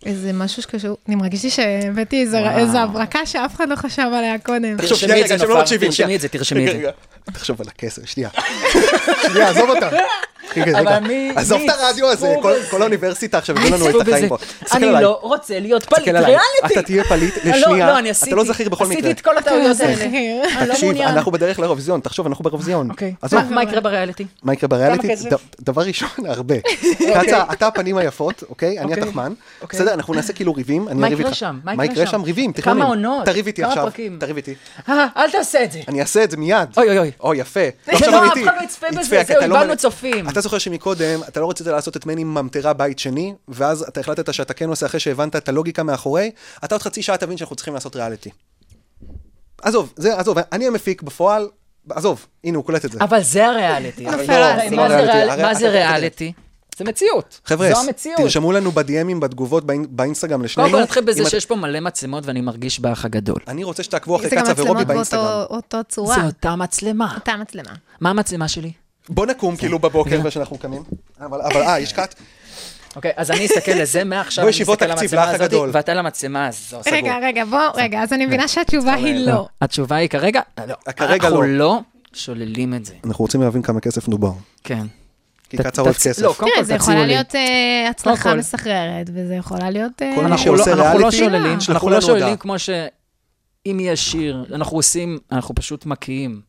[SPEAKER 4] איזה משהו שקשור, אני מרגישתי שהבאתי איזה-
[SPEAKER 5] וואו.
[SPEAKER 4] איזה הברקה שאף אחד לא חשב עליה קודם.
[SPEAKER 6] תחשוב,
[SPEAKER 5] תרשמי
[SPEAKER 6] שנייה,
[SPEAKER 5] את זה,
[SPEAKER 6] רגע, שהם לא
[SPEAKER 5] נופר,
[SPEAKER 6] מקשיבים,
[SPEAKER 5] תרשמי
[SPEAKER 6] שנייה.
[SPEAKER 5] את זה, תרשמי את
[SPEAKER 6] רגע, רגע, תחשוב על הכסף, שנייה. שנייה, עזוב אותם. רגע,
[SPEAKER 5] אבל
[SPEAKER 6] רגע,
[SPEAKER 5] מי-
[SPEAKER 6] עזוב
[SPEAKER 5] מי
[SPEAKER 6] את הרדיו הזה,
[SPEAKER 5] יצפו
[SPEAKER 6] כל-
[SPEAKER 5] בזה?
[SPEAKER 6] כל האוניברסיטה עכשיו יביאו לנו את החיים פה. תסתכל
[SPEAKER 5] אני
[SPEAKER 6] עליי,
[SPEAKER 5] לא רוצה להיות פליט
[SPEAKER 6] תסתכל עליי.
[SPEAKER 5] ריאליטי.
[SPEAKER 6] אתה תהיה פליט
[SPEAKER 5] לא, לא,
[SPEAKER 6] לשנייה,
[SPEAKER 5] אני עשיתי.
[SPEAKER 6] אתה לא זכיר בכל מקרה.
[SPEAKER 5] עשיתי את כל הטעויות האלה.
[SPEAKER 4] זכיר.
[SPEAKER 5] אני לא
[SPEAKER 6] תקשיב,
[SPEAKER 5] מעוניין.
[SPEAKER 6] אנחנו בדרך לאירוויזיון, תחשוב, אנחנו באירוויזיון.
[SPEAKER 5] אוקיי.
[SPEAKER 6] עזוב,
[SPEAKER 5] מה- מה יקרה בריאליטי?
[SPEAKER 6] מה יקרה בריאליטי?
[SPEAKER 5] כמה כסף?
[SPEAKER 6] ד- דבר ראשון, הרבה. קצה, אתה הפנים היפות, אוקיי? אני
[SPEAKER 5] אוקיי.
[SPEAKER 6] התחמן.
[SPEAKER 5] אוקיי.
[SPEAKER 6] בסדר, אנחנו נעשה כאילו ריבים, אני
[SPEAKER 5] מה
[SPEAKER 6] אריב
[SPEAKER 5] יקרה
[SPEAKER 6] איתך.
[SPEAKER 5] שם?
[SPEAKER 6] מה יקרה שם? ריבים,
[SPEAKER 5] כמה
[SPEAKER 6] תכנונים.
[SPEAKER 5] עונות?
[SPEAKER 6] תריב איתי
[SPEAKER 5] כמה
[SPEAKER 6] עכשיו,
[SPEAKER 5] פרקים?
[SPEAKER 6] תריב איתי.
[SPEAKER 5] אה, אל תעשה את זה.
[SPEAKER 6] אני אעשה את זה מיד.
[SPEAKER 5] אוי, אוי, אוי.
[SPEAKER 6] או, יפה.
[SPEAKER 5] זה
[SPEAKER 6] עכשיו
[SPEAKER 5] לא,
[SPEAKER 6] אני
[SPEAKER 5] אף
[SPEAKER 6] איתי.
[SPEAKER 5] אחד לא יצפה
[SPEAKER 6] יצפה, כי
[SPEAKER 5] בזה, זהו,
[SPEAKER 6] אתה לא-
[SPEAKER 5] איבדנו צופים.
[SPEAKER 6] אתה זוכר שמקודם, אתה לא רצית לעשות את מני ממטרה בית שני, ואז אתה החלטת שאתה כן עושה אחרי שהבנת את הלוגיקה מאחורי, אתה עוד חצי שעה תבין שאנחנו צריכים לעשות ריאליטי. עזוב, זה, עזוב, אני המפיק בפועל, עזוב, הנה, הוא קולט את זה.
[SPEAKER 5] אבל זה הריאליטי.
[SPEAKER 6] אבל
[SPEAKER 4] נופל
[SPEAKER 6] לא,
[SPEAKER 4] עליי,
[SPEAKER 6] זה לא
[SPEAKER 5] מה זה ריאל-
[SPEAKER 6] הרי-
[SPEAKER 5] מה זה
[SPEAKER 6] הרי-
[SPEAKER 5] ריאליטי? זה מציאות.
[SPEAKER 6] חבר'ה,
[SPEAKER 5] זו המציאות.
[SPEAKER 6] תרשמו לנו ב-DMים, בתגובות, באינ- באינסטגרם לשנינו.
[SPEAKER 5] קודם כל נתחיל בזה
[SPEAKER 6] אם את-
[SPEAKER 5] שיש פה מלא מצלמות ואני מרגיש באח הגדול.
[SPEAKER 6] אני רוצה שתעקבו אחרי
[SPEAKER 4] זה גם
[SPEAKER 6] קצה ורובי
[SPEAKER 4] מצלמות
[SPEAKER 6] באינסטגרם.
[SPEAKER 4] באותו אותו צורה,
[SPEAKER 5] זה אותה מצלמה.
[SPEAKER 4] אותה מצלמה.
[SPEAKER 5] מה המצלמה שלי?
[SPEAKER 6] בוא
[SPEAKER 5] כן.
[SPEAKER 6] נקום כאילו בבוקר, כשאנחנו קמים. אבל, אבל, אה, יש קאט?
[SPEAKER 5] אוקיי, אז אני אסתכל לזה מעכשיו,
[SPEAKER 6] בואי,
[SPEAKER 5] אני
[SPEAKER 6] ישיבות
[SPEAKER 5] אסתכל על
[SPEAKER 6] תקציב,
[SPEAKER 5] המצלמה
[SPEAKER 6] לאח
[SPEAKER 5] הזאת,
[SPEAKER 6] הגדול.
[SPEAKER 5] ואתה למצלמה הזו.
[SPEAKER 4] רגע, רגע, בוא, רגע, אז אני מבינה שהתשובה היא לא.
[SPEAKER 5] התשובה היא כרגע, לא.
[SPEAKER 6] כרגע
[SPEAKER 5] אנחנו
[SPEAKER 6] לא.
[SPEAKER 5] לא שוללים את זה.
[SPEAKER 6] אנחנו רוצים להבין כמה כסף מדובר.
[SPEAKER 5] כן.
[SPEAKER 6] כי
[SPEAKER 5] ת-
[SPEAKER 6] קצה אוהב
[SPEAKER 5] תצ-
[SPEAKER 6] כסף.
[SPEAKER 5] לא, קודם כל
[SPEAKER 4] תראה, כן, זה
[SPEAKER 5] תציעו
[SPEAKER 4] יכולה
[SPEAKER 5] לי.
[SPEAKER 4] להיות אה, הצלחה
[SPEAKER 5] כל.
[SPEAKER 4] מסחררת, וזה יכולה להיות... אה,
[SPEAKER 6] כל מי
[SPEAKER 5] אנחנו לא-
[SPEAKER 6] שעושה
[SPEAKER 5] אנחנו לא
[SPEAKER 6] ריאליטי,
[SPEAKER 5] שוללים,
[SPEAKER 6] שלחו
[SPEAKER 5] אנחנו לא
[SPEAKER 6] לנו הודעה.
[SPEAKER 5] שוללים כמו שאם יש שיר, אנחנו עושים, אנחנו פשוט מקיאים.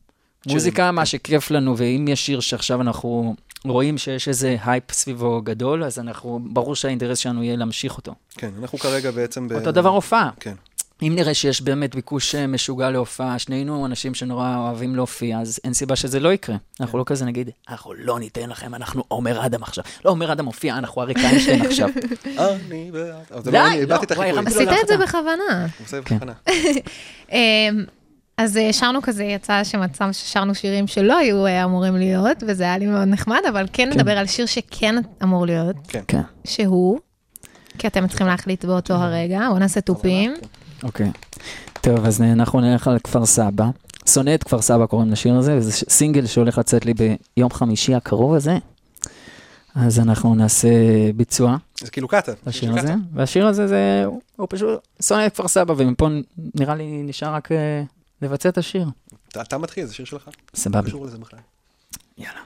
[SPEAKER 5] מוזיקה, מה שכיף לנו, ואם יש שיר שעכשיו אנחנו רואים שיש איזה הייפ סביבו גדול, אז אנחנו, ברור שהאינטרס שלנו יהיה להמשיך אותו.
[SPEAKER 6] כן, אנחנו כרגע בעצם ב...
[SPEAKER 5] אותו דבר הופעה.
[SPEAKER 6] כן.
[SPEAKER 5] אם נראה שיש באמת ביקוש אה, משוגע להופעה, שנינו אנשים שנורא אוהבים להופיע, אז אין סיבה שזה לא יקרה. אנחנו לא כזה נגיד, אנחנו לא ניתן לכם, אנחנו עומר אדם עכשיו. לא עומר אדם הופיע, אנחנו אריק איינשטיין עכשיו.
[SPEAKER 6] אני בעד. אבל זה
[SPEAKER 5] די,
[SPEAKER 6] לא, אני
[SPEAKER 5] לא,
[SPEAKER 6] איבדתי את
[SPEAKER 5] וואי,
[SPEAKER 6] החיקוי.
[SPEAKER 5] רמז-
[SPEAKER 4] עשית את זה
[SPEAKER 5] לא,
[SPEAKER 4] בכוונה.
[SPEAKER 6] הוא עושה
[SPEAKER 5] כן.
[SPEAKER 6] הבחנה.
[SPEAKER 4] אמ, אז אה, שרנו כזה, יצא שמצב ששרנו שירים שלא היו אה, אמורים להיות, וזה היה לי מאוד נחמד, אבל כן נדבר על שיר שכן אמור להיות,
[SPEAKER 5] כן,
[SPEAKER 4] שהוא, כי אתם צריכים להחליט באותו הרגע, בואו נעשה תופים.
[SPEAKER 5] אוקיי. טוב, אז אה, אנחנו נלך על כפר סבא. שונא את כפר סבא קוראים לשיר הזה, וזה ש- סינגל שהולך לצאת לי ביום חמישי הקרוב הזה. אז אנחנו נעשה ביצוע
[SPEAKER 6] זה כאילו קאטה.
[SPEAKER 5] לשיר הזה, והשיר הזה זה, הוא- הוא פשוט שונא את כפר סבא, ומפה נ- נראה לי נשאר רק אה, לבצע את השיר.
[SPEAKER 6] אתה- אתה מתחיל, זה שיר שלך.
[SPEAKER 5] סבבה.
[SPEAKER 6] קשור לזה בכלל.
[SPEAKER 5] יאללה.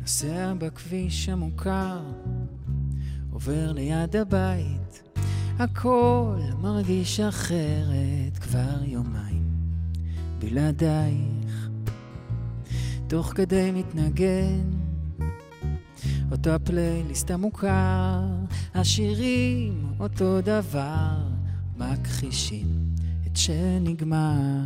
[SPEAKER 7] נוסע בכביש המוכר, עובר ליד הבית, הכל מרגיש אחרת כבר יומיים, בלעדייך. תוך כדי מתנגן, אותו הפלייליסט המוכר, השירים אותו דבר, מכחישים את שנגמר.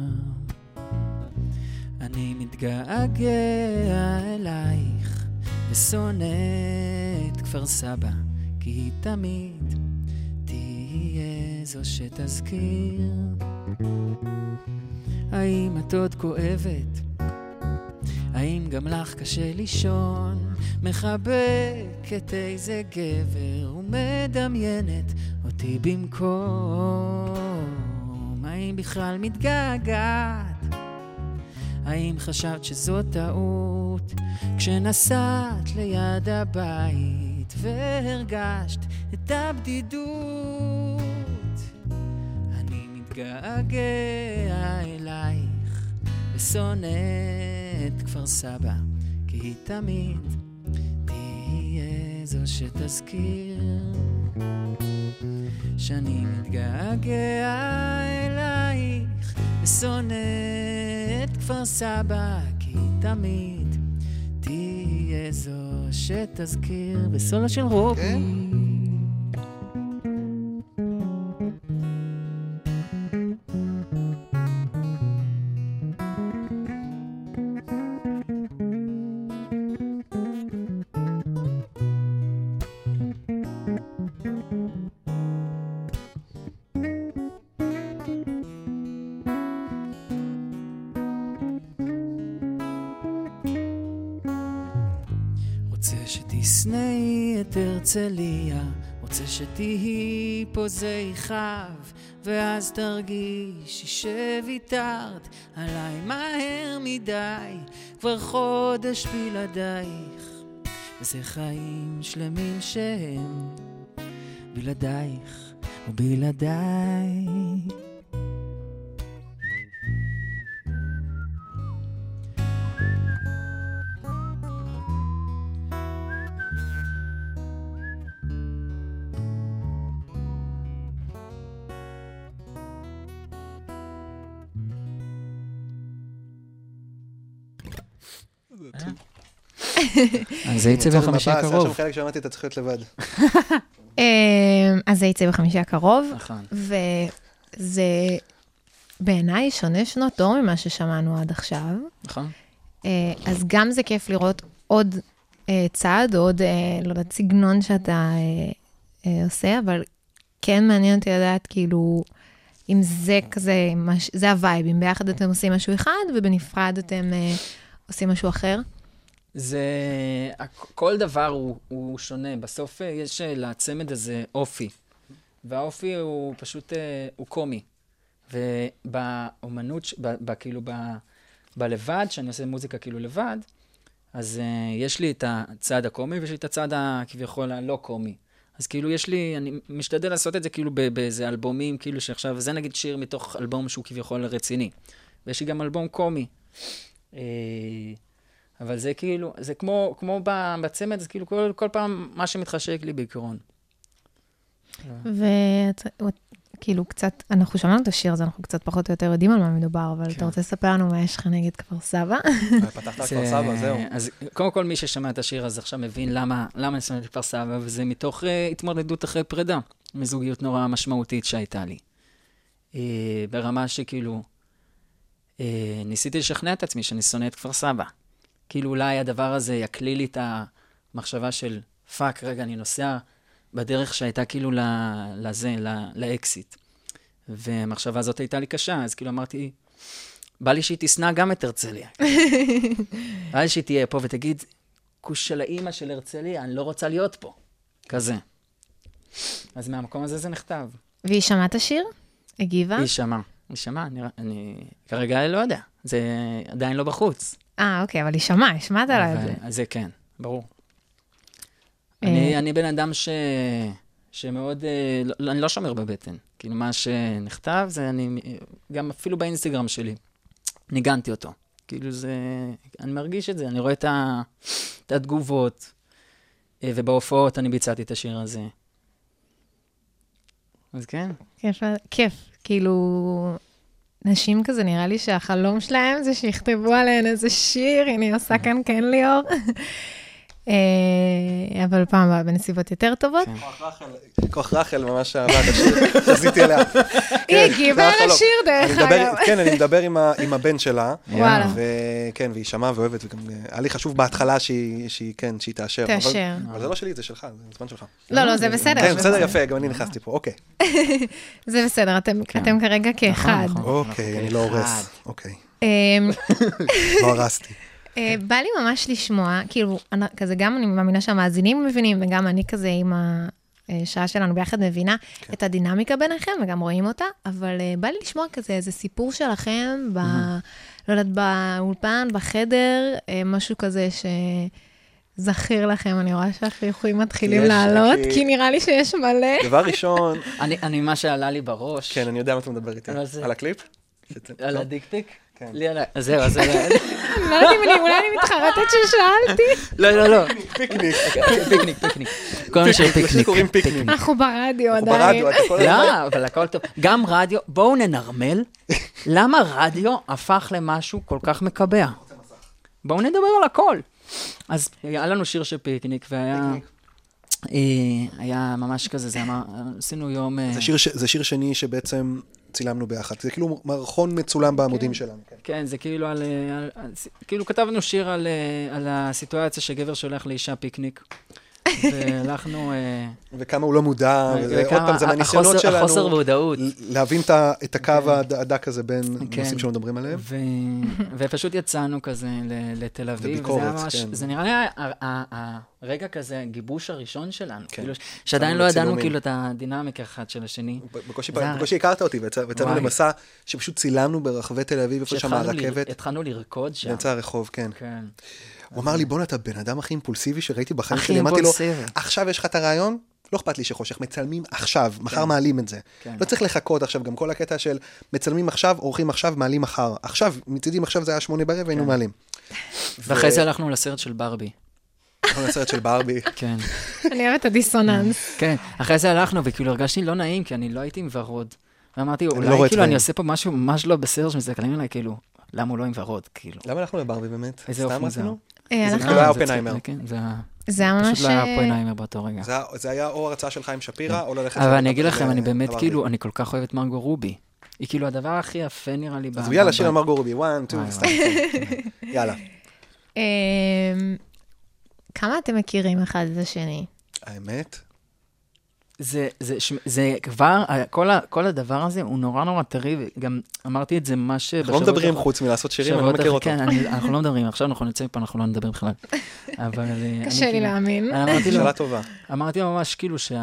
[SPEAKER 7] אני מתגעגע אלייך ושונא את כפר סבא כי היא תמיד תהיה זו שתזכיר האם את עוד כואבת? האם גם לך קשה לישון? מחבקת איזה גבר ומדמיינת אותי במקום האם בכלל מתגעגעת? האם חשבת שזו טעות? כשנסעת ליד הבית והרגשת את הבדידות. אני מתגעגע אלייך ושונא את כפר סבא, כי היא תמיד תהיה זו שתזכיר שאני מתגעגע אלייך ושונא את כפר סבא כי תמיד תהיה זו שתזכיר בסולו של רובי רוצה שתשנאי את הרצליה, רוצה שתהיי פה זיכב, ואז תרגישי שוויתרת עליי מהר מדי, כבר חודש בלעדייך, וזה חיים שלמים שהם בלעדייך ובלעדיי.
[SPEAKER 5] אז זה יצא
[SPEAKER 6] זה מפה,
[SPEAKER 5] בחמישי
[SPEAKER 6] זה היה שם
[SPEAKER 5] הקרוב.
[SPEAKER 6] חלק שאמרתי, אתה צריך להיות לבד.
[SPEAKER 4] אה, אז זה יצא בחמישי הקרוב,
[SPEAKER 5] נכון.
[SPEAKER 4] וזה בעיניי שונה שנות דור ממה ששמענו עד עכשיו.
[SPEAKER 5] נכון.
[SPEAKER 4] אה, אז גם זה כיף לראות עוד אה, צעד, עוד, אה, לא יודעת, סגנון שאתה אה, אה, עושה, אבל כן מעניין אותי לדעת, כאילו, אם זה כזה, מש, זה הווייב, אם ביחד אתם עושים משהו אחד, ובנפרד אתם אה, עושים משהו אחר.
[SPEAKER 5] זה, הכ- כל דבר הוא, הוא שונה. בסוף אה, יש אה, לצמד הזה אופי, והאופי הוא פשוט, אה, הוא קומי. ובאומנות, ש- ב, ב, כאילו ב, בלבד, שאני עושה מוזיקה כאילו לבד, אז אה, יש לי את הצד הקומי ויש לי את הצד הכביכול הלא קומי. אז כאילו יש לי, אני משתדל לעשות את זה כאילו ב- באיזה אלבומים, כאילו שעכשיו, זה נגיד שיר מתוך אלבום שהוא כביכול רציני. ויש לי גם אלבום קומי. אה, אבל זה כאילו, זה כמו, כמו ב- בצמד, זה כאילו כל, כל פעם מה שמתחשק לי בעיקרון.
[SPEAKER 4] ואת, כאילו, קצת, אנחנו שמענו את השיר, אז אנחנו קצת פחות או יותר יודעים על מה מדובר, אבל אתה רוצה לספר לנו מה יש לך נגד כפר סבא?
[SPEAKER 6] אה, פתחת כפר סבא, זהו.
[SPEAKER 5] אז קודם כל, מי ששמע את השיר הזה עכשיו מבין למה, למה אני שונא את כפר סבא, וזה מתוך uh, התמודדות אחרי פרידה, מזוגיות נורא משמעותית שהייתה לי. Uh, ברמה שכאילו, uh, ניסיתי לשכנע את עצמי שאני שונא את כפר סבא. כאילו אולי הדבר הזה יקליל לי את המחשבה של, פאק, רגע, אני נוסע בדרך שהייתה כאילו ל- לזה, ל- לאקזיט. והמחשבה הזאת הייתה לי קשה, אז כאילו אמרתי, בא לי שהיא תשנא גם את הרצליה. בא לי שהיא תהיה פה ותגיד, כוש של האימא של הרצליה, אני לא רוצה להיות פה. כזה. אז מהמקום הזה זה נכתב.
[SPEAKER 4] והיא שמעה את השיר? הגיבה?
[SPEAKER 5] היא שמעה. היא שמעה, אני, אני כרגע לא יודע. זה עדיין לא בחוץ.
[SPEAKER 4] אה, אוקיי, אבל היא שמעה, השמעת לה את
[SPEAKER 5] אבל-
[SPEAKER 4] זה.
[SPEAKER 5] אז זה כן, ברור.
[SPEAKER 4] אה.
[SPEAKER 5] אני, אני בן אדם ש... שמאוד, אה, לא, אני לא שומר בבטן. כאילו, מה שנכתב, זה אני, גם אפילו באינסטגרם שלי, ניגנתי אותו. כאילו, זה, אני מרגיש את זה, אני רואה את, ה, את התגובות, אה, ובהופעות אני ביצעתי את השיר הזה. אז כן,
[SPEAKER 4] כיף, כיף. כאילו, נשים כזה, נראה לי שהחלום שלהם זה שיכתבו עליהן איזה שיר, הנה היא עושה כאן כן ליאור. אה, אבל פעם הבאה בנסיבות יותר טובות.
[SPEAKER 6] כן. כוח רחל ממש אהבה את השיר, חזיתי אליה.
[SPEAKER 4] היא
[SPEAKER 6] כן, זה
[SPEAKER 4] הגיבה
[SPEAKER 6] היה
[SPEAKER 4] על
[SPEAKER 6] חלום.
[SPEAKER 4] השיר, דרך
[SPEAKER 6] אני מדבר-
[SPEAKER 4] אגב.
[SPEAKER 6] כן, אני מדבר עם ה- עם הבן שלה.
[SPEAKER 4] וואלה.
[SPEAKER 6] וכן, והיא שמעה ואוהבת, וגם אה, היה לי חשוב בהתחלה שהיא, שהיא- כן, שהיא תאשר. אבל-
[SPEAKER 4] תאשר.
[SPEAKER 6] אבל זה לא שלי, זה שלך, זה הזמן שלך.
[SPEAKER 4] לא, לא, זה בסדר.
[SPEAKER 6] כן, בסדר, יפה, גם אני נכנסתי פה, אוקיי.
[SPEAKER 4] זה בסדר, אתם-
[SPEAKER 6] כן.
[SPEAKER 4] אתם כרגע כאחד.
[SPEAKER 5] נכון.
[SPEAKER 6] אוקיי, אני לא הורס. אוקיי,
[SPEAKER 4] אמ,
[SPEAKER 6] לא הרסתי.
[SPEAKER 4] אה, בא לי ממש לשמוע, כאילו, אני- כזה גם אני מאמינה שהמאזינים מבינים, וגם אני כזה עם השעה שלנו ביחד מבינה
[SPEAKER 6] כן.
[SPEAKER 4] את הדינמיקה ביניכם, וגם רואים אותה, אבל אה, בא לי לשמוע כזה איזה סיפור שלכם, ב... לא יודעת, באולפן, בחדר, אה, משהו כזה ש... זכיר לכם, אני רואה שהחיוכים מתחילים
[SPEAKER 6] יש,
[SPEAKER 4] לעלות,
[SPEAKER 6] כי-
[SPEAKER 4] כי נראה לי שיש מלא.
[SPEAKER 6] דבר ראשון,
[SPEAKER 5] אני, אני, מה שעלה לי בראש,
[SPEAKER 6] כן, אני יודע מה אתה מדבר איתי.
[SPEAKER 5] אבל זה-
[SPEAKER 6] על הקליפ?
[SPEAKER 5] על
[SPEAKER 6] לא?
[SPEAKER 5] הדיקפיק?
[SPEAKER 6] כן.
[SPEAKER 5] לי על ה... אז זהו, אז... זה-
[SPEAKER 4] לא יודעת אם אני- אולי אני מתחרטת ששאלתי.
[SPEAKER 5] לא, לא, לא. פיקניק. פיקניק, פיקניק. כל מיני שיר
[SPEAKER 6] פשוט
[SPEAKER 5] פיקניק.
[SPEAKER 6] קוראים פיקניק.
[SPEAKER 4] אנחנו ברדיו
[SPEAKER 6] הוא
[SPEAKER 4] עדיין.
[SPEAKER 6] ברדיו, אתה כל הזמן...
[SPEAKER 5] לא, אבל הכל טוב. גם רדיו, בואו ננרמל. למה רדיו הפך למשהו כל כך מקבע? בואו נדבר על הכל. אז היה לנו שיר של פיקניק, והיה... אה, היה ממש כזה, זה אמר, עשינו יום... אה,
[SPEAKER 6] זה שיר ש- זה שיר שני שבעצם צילמנו ביחד. זה כאילו מערכון מצולם בעמודים שלנו. כן.
[SPEAKER 5] כן, זה כאילו על, אה, על, על... ס- כאילו כתבנו שיר על, אה, על הסיטואציה שגבר שולח לאישה פיקניק. והלכנו... אה,
[SPEAKER 6] וכמה הוא לא מודע, וזה עוד
[SPEAKER 5] וכמה
[SPEAKER 6] פעם, זה
[SPEAKER 5] ה-
[SPEAKER 6] מהניסיונות
[SPEAKER 5] החוסר-
[SPEAKER 6] שלנו.
[SPEAKER 5] החוסר אוקיי. מודעות.
[SPEAKER 6] ל- להבין את ה- את הקו הד- הדק הזה בין
[SPEAKER 5] כן.
[SPEAKER 6] נושאים שלא מדברים עליהם.
[SPEAKER 5] ו... ופשוט יצאנו כזה ל- לתל אביב,
[SPEAKER 6] לביקורת,
[SPEAKER 5] וזה היה ממש,
[SPEAKER 6] כן.
[SPEAKER 5] זה נראה לי ה- ה- ה- הרגע כזה, הגיבוש הראשון שלנו,
[SPEAKER 6] כן.
[SPEAKER 5] כאילו, ש- שעדיין
[SPEAKER 6] יצאנו
[SPEAKER 5] לא ידענו
[SPEAKER 6] לצילומים.
[SPEAKER 5] כאילו את הדינמיקה אחד של השני.
[SPEAKER 6] בקושי,
[SPEAKER 5] זה היה-
[SPEAKER 6] בקושי הכרת אותי, ויצא- ויצאנו
[SPEAKER 5] וואי.
[SPEAKER 6] למסע שפשוט צילמנו ברחבי תל אביב, איפה שם
[SPEAKER 5] שהתחלנו ל-
[SPEAKER 6] הרכבת,
[SPEAKER 5] התחלנו לרקוד שם.
[SPEAKER 6] באמצע הרחוב, כן.
[SPEAKER 5] כן.
[SPEAKER 6] הוא אמר לי, בואנה, אתה בן אדם הכי אימפולסיבי שראיתי בחיים
[SPEAKER 5] הכי
[SPEAKER 6] שלי. אמרתי לו,
[SPEAKER 5] אימפולסיבי.
[SPEAKER 6] עכשיו יש לך את הרעיון? לא אכפת לי שחושך, מצלמים עכשיו, מחר מעלים את זה.
[SPEAKER 5] כן.
[SPEAKER 6] לא צריך לחכות עכשיו, גם כל הקטע של מצלמים עכשיו, עורכים עכשיו, מעלים מחר. עכשיו, מצידי עכשיו זה היה שמונה בערב,
[SPEAKER 5] כן.
[SPEAKER 6] היינו מעלים.
[SPEAKER 5] ואחרי זה הלכנו לסרט של ברבי.
[SPEAKER 6] נכון, הסרט של ברבי.
[SPEAKER 5] כן.
[SPEAKER 4] אני אוהבת את הדיסוננס.
[SPEAKER 5] כן. אחרי זה הלכנו, וכאילו הרגשתי לא נעים, כי אני לא הייתי עם ורוד. ואמרתי,
[SPEAKER 6] לא רואה
[SPEAKER 5] אולי כאילו
[SPEAKER 6] צבעים."
[SPEAKER 5] אני עושה פה משהו ממש לא בסדר, שמסתכלים עליי, כאילו, למה הוא לא עם ורוד, כאילו.
[SPEAKER 6] למה הלכנו לברבי באמת?
[SPEAKER 5] איזה אופן זה היה.
[SPEAKER 4] אה,
[SPEAKER 6] זה
[SPEAKER 4] אנחנו-
[SPEAKER 6] כאילו היה
[SPEAKER 5] זה
[SPEAKER 6] אופנהיימר.
[SPEAKER 5] צחיק, כן, זה היה-
[SPEAKER 4] זה היה ממש...
[SPEAKER 5] פשוט לא היה
[SPEAKER 4] אה,
[SPEAKER 5] אופנהיימר באותו רגע.
[SPEAKER 6] זה היה- זה היה או הרצאה של חיים שפירא, או ללכת...
[SPEAKER 5] כן. אבל
[SPEAKER 6] ל-
[SPEAKER 5] אני אגיד לכם, אני
[SPEAKER 6] ל-
[SPEAKER 5] באמת
[SPEAKER 6] לברבי.
[SPEAKER 5] כאילו, אני כל כך אוהב את מרגו רובי. היא כאילו הדבר הכי יפה נראה לי.
[SPEAKER 6] אז
[SPEAKER 5] ב-
[SPEAKER 6] יאללה,
[SPEAKER 5] ב-
[SPEAKER 6] שיר אמר גורבי, 1, 2,
[SPEAKER 5] וואי,
[SPEAKER 6] סתם.
[SPEAKER 5] אה,
[SPEAKER 6] יאללה.
[SPEAKER 4] אמ, כמה אתם מכירים אחד את השני?
[SPEAKER 6] האמת?
[SPEAKER 5] זה, זה, שמ- זה כבר, ה- כל, ה, כל הדבר הזה הוא נורא נורא טרי, וגם אמרתי את זה ממש...
[SPEAKER 6] אנחנו לא מדברים חוץ מלעשות שירים, אני לא מכיר אותו.
[SPEAKER 5] כן, אני, אנחנו לא מדברים, עכשיו אנחנו נצא מפה, אנחנו לא נדבר בכלל. אבל... אה, אני
[SPEAKER 4] קשה לי
[SPEAKER 5] כאילו-
[SPEAKER 4] להאמין.
[SPEAKER 6] אה,
[SPEAKER 5] אני אמרתי לו,
[SPEAKER 6] שאלה טובה.
[SPEAKER 5] אמרתי לו ממש כאילו שה...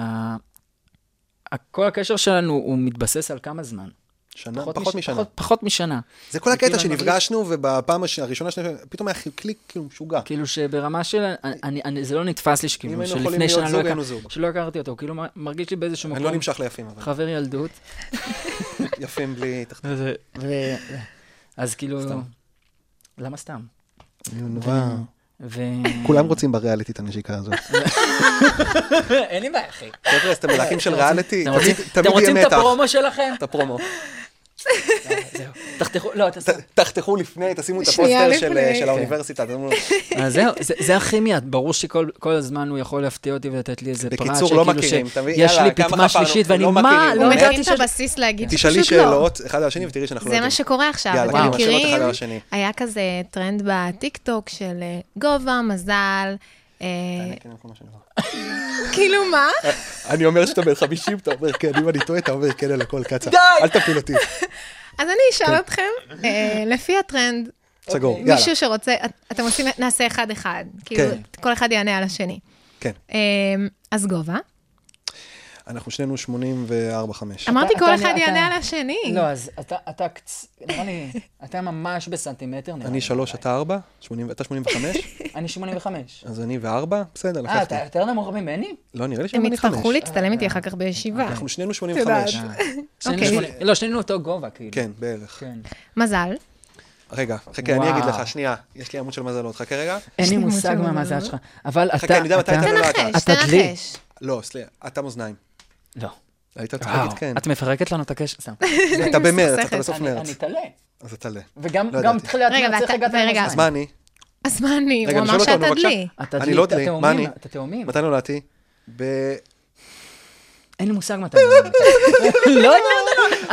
[SPEAKER 5] ה- כל הקשר שלנו הוא מתבסס על כמה זמן?
[SPEAKER 6] שנה? לא, פחות
[SPEAKER 5] מש-
[SPEAKER 6] משנה.
[SPEAKER 5] פחות- פחות משנה.
[SPEAKER 6] זה כל הקטע
[SPEAKER 5] וכאילו אני מרגיש-
[SPEAKER 6] שנפגשנו, ובפעם הש- הראשונה שלנו, פתאום היה חיו- קליק כאילו משוגע.
[SPEAKER 5] כאילו שברמה של, אני, אני, זה לא נתפס לי
[SPEAKER 6] אם
[SPEAKER 5] שכאילו,
[SPEAKER 6] היינו יכולים
[SPEAKER 5] שלפני
[SPEAKER 6] להיות
[SPEAKER 5] שנה
[SPEAKER 6] זוג,
[SPEAKER 5] לא, הכר,
[SPEAKER 6] היינו זוג.
[SPEAKER 5] שלא הכרתי אותו, הוא כאילו מ- מרגיש לי באיזשהו
[SPEAKER 6] אני
[SPEAKER 5] מקום,
[SPEAKER 6] לא נמשך ליפים, אבל
[SPEAKER 5] חבר ילדות.
[SPEAKER 6] יפים בלי תחתית.
[SPEAKER 5] וזה- ו... אז כאילו, למה סתם? ו...
[SPEAKER 6] כולם רוצים בריאליטי את הנשיקה הזאת.
[SPEAKER 5] אין לי בעיה, אחי.
[SPEAKER 6] חבר'ה, אז אתם מלהקים של ריאליטי,
[SPEAKER 5] אתם
[SPEAKER 6] תמיד-
[SPEAKER 5] רוצים-
[SPEAKER 6] תמיד
[SPEAKER 5] אתם
[SPEAKER 6] יהיה
[SPEAKER 5] רוצים את
[SPEAKER 6] מתח.
[SPEAKER 5] הפרומו שלכם?
[SPEAKER 6] את הפרומו.
[SPEAKER 5] זהו. תחתכו, לא, תעשו.
[SPEAKER 6] ת- תחתכו לפני, תשימו את
[SPEAKER 4] שנייה
[SPEAKER 6] הפוסטר של- אה,
[SPEAKER 4] לפני.
[SPEAKER 6] של האוניברסיטה. תשימו-
[SPEAKER 5] אז אה, זהו, זה- זה הכימיה, ברור שכל כל הזמן הוא יכול להפתיע אותי ולתת לי איזה פרט,
[SPEAKER 6] בקיצור,
[SPEAKER 5] שכאילו
[SPEAKER 6] לא מכירים,
[SPEAKER 5] ש-
[SPEAKER 6] אתה מבין?
[SPEAKER 5] יש לי
[SPEAKER 6] יאללה, כמה
[SPEAKER 5] פטמה
[SPEAKER 6] חפרנו,
[SPEAKER 5] שלישית, ואני,
[SPEAKER 6] לא
[SPEAKER 5] מה,
[SPEAKER 6] מכירים,
[SPEAKER 5] לא
[SPEAKER 6] הוא
[SPEAKER 5] ידעתי
[SPEAKER 4] מכירים
[SPEAKER 5] ש...
[SPEAKER 4] את הבסיס להגיד
[SPEAKER 6] תשאלי
[SPEAKER 4] שפשוט לא.
[SPEAKER 6] שאלות אחד על השני ותראי שאנחנו לא
[SPEAKER 4] זה
[SPEAKER 6] יודעים.
[SPEAKER 4] מה שקורה עכשיו,
[SPEAKER 6] יאללה,
[SPEAKER 4] אתם
[SPEAKER 5] וואו.
[SPEAKER 6] שאלות אחד
[SPEAKER 4] מכירים? אה.
[SPEAKER 6] על השני.
[SPEAKER 4] היה כזה טרנד בטיקטוק של אה, גובה, מזל, אה,
[SPEAKER 6] כן,
[SPEAKER 4] כאילו מה?
[SPEAKER 6] אה, אני אומר שאתה בן 50, אתה אומר כן, אם אני טועה, אתה אומר כן על הכל, קצה. אל תפיל אותי.
[SPEAKER 4] אז אני אשאל אתכם, אה, לפי הטרנד,
[SPEAKER 6] סגור, כן. יאללה.
[SPEAKER 4] מישהו שרוצה, את- אתם עושים, נעשה אחד-אחד, כאילו, כל אחד יענה על השני.
[SPEAKER 6] כן,
[SPEAKER 4] אה, אז גובה,
[SPEAKER 6] אנחנו שנינו 84-5.
[SPEAKER 4] אמרתי
[SPEAKER 5] אתה-
[SPEAKER 4] כל
[SPEAKER 5] אתה-
[SPEAKER 4] אחד
[SPEAKER 5] אתה-
[SPEAKER 4] יענה על השני.
[SPEAKER 5] לא, אז אתה, אתה, קצ- נראה לי, אתה ממש בסנטימטר, נראה לי.
[SPEAKER 6] אני 3, אתה 4, אתה 85,
[SPEAKER 5] אני 85.
[SPEAKER 6] אז אני ו-4, בסדר,
[SPEAKER 5] אה,
[SPEAKER 6] לקחתי.
[SPEAKER 5] אתה יותר נמוך ממני?
[SPEAKER 6] לא, נראה לי
[SPEAKER 4] הם
[SPEAKER 6] שאני אני 5.
[SPEAKER 4] יצטרכו להצטלם איתי אחר כך בישיבה.
[SPEAKER 6] אנחנו שנינו 85.
[SPEAKER 5] אוקיי. שנינו שמונה- לא, שנינו אותו גובה, כאילו.
[SPEAKER 6] כן, בערך.
[SPEAKER 5] כן.
[SPEAKER 4] מזל,
[SPEAKER 6] רגע, חכה, אני
[SPEAKER 5] וואו.
[SPEAKER 6] אגיד לך, שנייה, יש לי עמוד של מזלות, חכה רגע.
[SPEAKER 5] אין לי
[SPEAKER 4] לי
[SPEAKER 5] מושג
[SPEAKER 4] מושג
[SPEAKER 5] מה
[SPEAKER 4] מה
[SPEAKER 5] מזל
[SPEAKER 4] זה.
[SPEAKER 5] שלך. אבל אתה...
[SPEAKER 6] חכה, אני יודע מתי
[SPEAKER 5] אתה-
[SPEAKER 6] אתה לא
[SPEAKER 4] תנחש,
[SPEAKER 5] אתה דלי.
[SPEAKER 4] תנחש.
[SPEAKER 6] לא, סליחה, אתה מאזניים.
[SPEAKER 5] לא.
[SPEAKER 6] היית צריך
[SPEAKER 5] וואו,
[SPEAKER 6] להגיד כן.
[SPEAKER 5] את מפרקת לנו את הקשר. סתם.
[SPEAKER 6] אתה במרץ,
[SPEAKER 4] מסכסכת,
[SPEAKER 6] אתה בסוף
[SPEAKER 5] אני
[SPEAKER 6] מרץ.
[SPEAKER 5] אני טלה.
[SPEAKER 6] אז אתה ל...
[SPEAKER 5] וגם
[SPEAKER 6] לא
[SPEAKER 5] גם
[SPEAKER 6] ידעתי.
[SPEAKER 5] תחילת
[SPEAKER 4] רגע,
[SPEAKER 5] מרץ, איך
[SPEAKER 4] ואתה-
[SPEAKER 5] הגעת
[SPEAKER 4] ורגע.
[SPEAKER 6] אז מה אני?
[SPEAKER 4] אז מה אני?
[SPEAKER 6] רגע,
[SPEAKER 4] הוא
[SPEAKER 6] אני שואל
[SPEAKER 4] אמר
[SPEAKER 6] אותו, נו,
[SPEAKER 4] שאתה
[SPEAKER 6] בבקשה.
[SPEAKER 4] דלי.
[SPEAKER 5] אתה
[SPEAKER 6] אני
[SPEAKER 5] דלי,
[SPEAKER 6] לא
[SPEAKER 5] אתה
[SPEAKER 6] דלי,
[SPEAKER 5] תאומים,
[SPEAKER 6] מה אני?
[SPEAKER 5] אתה תאומים.
[SPEAKER 6] מתי נולדתי? ב...
[SPEAKER 5] אין לי מושג מתי. נולדת. לא, לא, לא.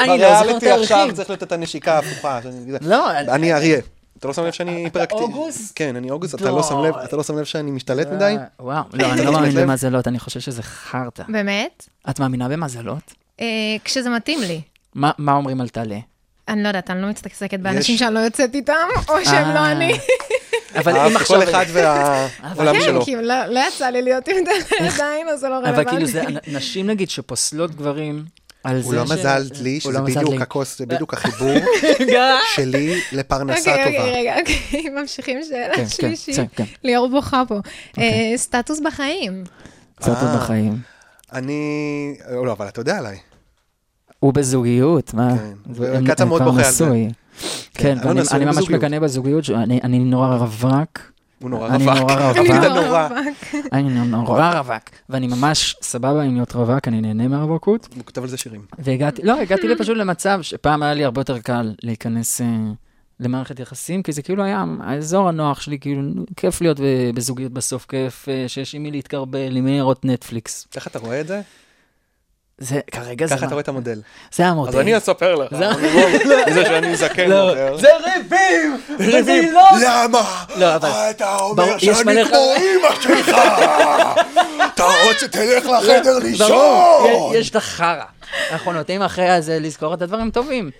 [SPEAKER 5] אני לא זוכר את
[SPEAKER 6] בריאליטי עכשיו
[SPEAKER 5] הערכים.
[SPEAKER 6] צריך להיות את הנשיקה ההפוכה. שאני-
[SPEAKER 5] לא,
[SPEAKER 6] אני אריה. אתה לא שם לב שאני
[SPEAKER 5] אתה
[SPEAKER 6] פרקטי.
[SPEAKER 5] אוגוסט?
[SPEAKER 6] כן, אני אוגוסט, אתה לא שם לב, אתה לא שם לב שאני משתלט מדי?
[SPEAKER 5] וואו, לא, אני
[SPEAKER 6] שמת
[SPEAKER 5] לא מאמין
[SPEAKER 6] לב?
[SPEAKER 5] במזלות, אני חושב שזה חרטא.
[SPEAKER 4] באמת?
[SPEAKER 5] את מאמינה במזלות?
[SPEAKER 4] אה, כשזה מתאים לי.
[SPEAKER 5] מה מה אומרים על טלה?
[SPEAKER 4] אני לא יודעת, אני לא מצטקסקת באנשים שאני לא יוצאת איתם, או שהם לא
[SPEAKER 5] אה.
[SPEAKER 4] אני.
[SPEAKER 5] אבל אם
[SPEAKER 6] אהבתי
[SPEAKER 5] עכשיו...
[SPEAKER 6] כל אחד והעולם שלו.
[SPEAKER 4] כן, כי לא לא יצא לי להיות עם דלי עדיין, אז זה לא רלוונטי.
[SPEAKER 5] אבל כאילו זה נשים נגיד שפוסלות גברים על זה
[SPEAKER 6] הוא לא
[SPEAKER 5] ש-
[SPEAKER 6] מזל דלי,
[SPEAKER 5] הוא
[SPEAKER 6] שזה
[SPEAKER 5] לא מזל
[SPEAKER 6] בדיוק
[SPEAKER 5] דלי.
[SPEAKER 6] הכוס, זה בדיוק החיבור שלי לפרנסה
[SPEAKER 4] אוקיי, אוקיי,
[SPEAKER 6] טובה.
[SPEAKER 4] רגע, אוקיי, ממשיכים
[SPEAKER 5] כן,
[SPEAKER 4] שאלה
[SPEAKER 5] כן,
[SPEAKER 4] שלישית.
[SPEAKER 5] כן, אוקיי. כאילו, כן.
[SPEAKER 4] ליאור בוכה פה. אה, סטטוס בחיים.
[SPEAKER 5] קצת
[SPEAKER 6] אה.
[SPEAKER 5] עוד בחיים.
[SPEAKER 6] אני... לא, אבל אתה יודע עליי.
[SPEAKER 5] הוא בזוגיות, מה?
[SPEAKER 6] כן,
[SPEAKER 5] זה-
[SPEAKER 6] וקצת
[SPEAKER 5] אני- אני
[SPEAKER 6] מאוד
[SPEAKER 5] כבר
[SPEAKER 6] בוכה על זה.
[SPEAKER 5] נשוי.
[SPEAKER 6] אלון
[SPEAKER 5] כן, ואני
[SPEAKER 6] נשוי
[SPEAKER 5] אני ממש
[SPEAKER 6] בזוגיות.
[SPEAKER 5] מקנא בזוגיות, שלו. אני אני נורא רווק.
[SPEAKER 6] הוא נורא
[SPEAKER 5] אני
[SPEAKER 6] רווק.
[SPEAKER 5] נורא רווק.
[SPEAKER 6] תמיד
[SPEAKER 5] אני
[SPEAKER 6] הנורא.
[SPEAKER 5] אני נורא רווק, ואני ממש סבבה עם להיות רווק, אני נהנה מהרווקות.
[SPEAKER 6] הוא כותב על זה שירים.
[SPEAKER 5] והגעתי, לא, הגעתי לי פשוט למצב שפעם היה לי הרבה יותר קל להיכנס אה, למערכת יחסים, כי זה כאילו היה האזור הנוח שלי, כאילו, כיף להיות ב- בזוגיות בסוף, כיף אה, שיש עם מי להתקרבל, עם מי לראות נטפליקס.
[SPEAKER 6] ככה אתה רואה את זה?
[SPEAKER 5] זה, כרגע זה...
[SPEAKER 6] ככה אתה
[SPEAKER 5] מה-
[SPEAKER 6] רואה את המודל.
[SPEAKER 5] זה המודל.
[SPEAKER 6] אז אני אספר לך.
[SPEAKER 5] זה-
[SPEAKER 6] זה שאני זקן
[SPEAKER 5] לא,
[SPEAKER 6] יותר.
[SPEAKER 5] זה ריבים! ריבים! לא!
[SPEAKER 6] למה?
[SPEAKER 5] לא, אבל-
[SPEAKER 6] אתה
[SPEAKER 5] ברור, יש מלא ח-
[SPEAKER 6] אימא שלך! אתה רוצה, תלך
[SPEAKER 5] לא.
[SPEAKER 6] לחדר
[SPEAKER 5] ברור, יש- יש את החרא. אנחנו נוטים אחרי הזה לזכור את הדברים הטובים.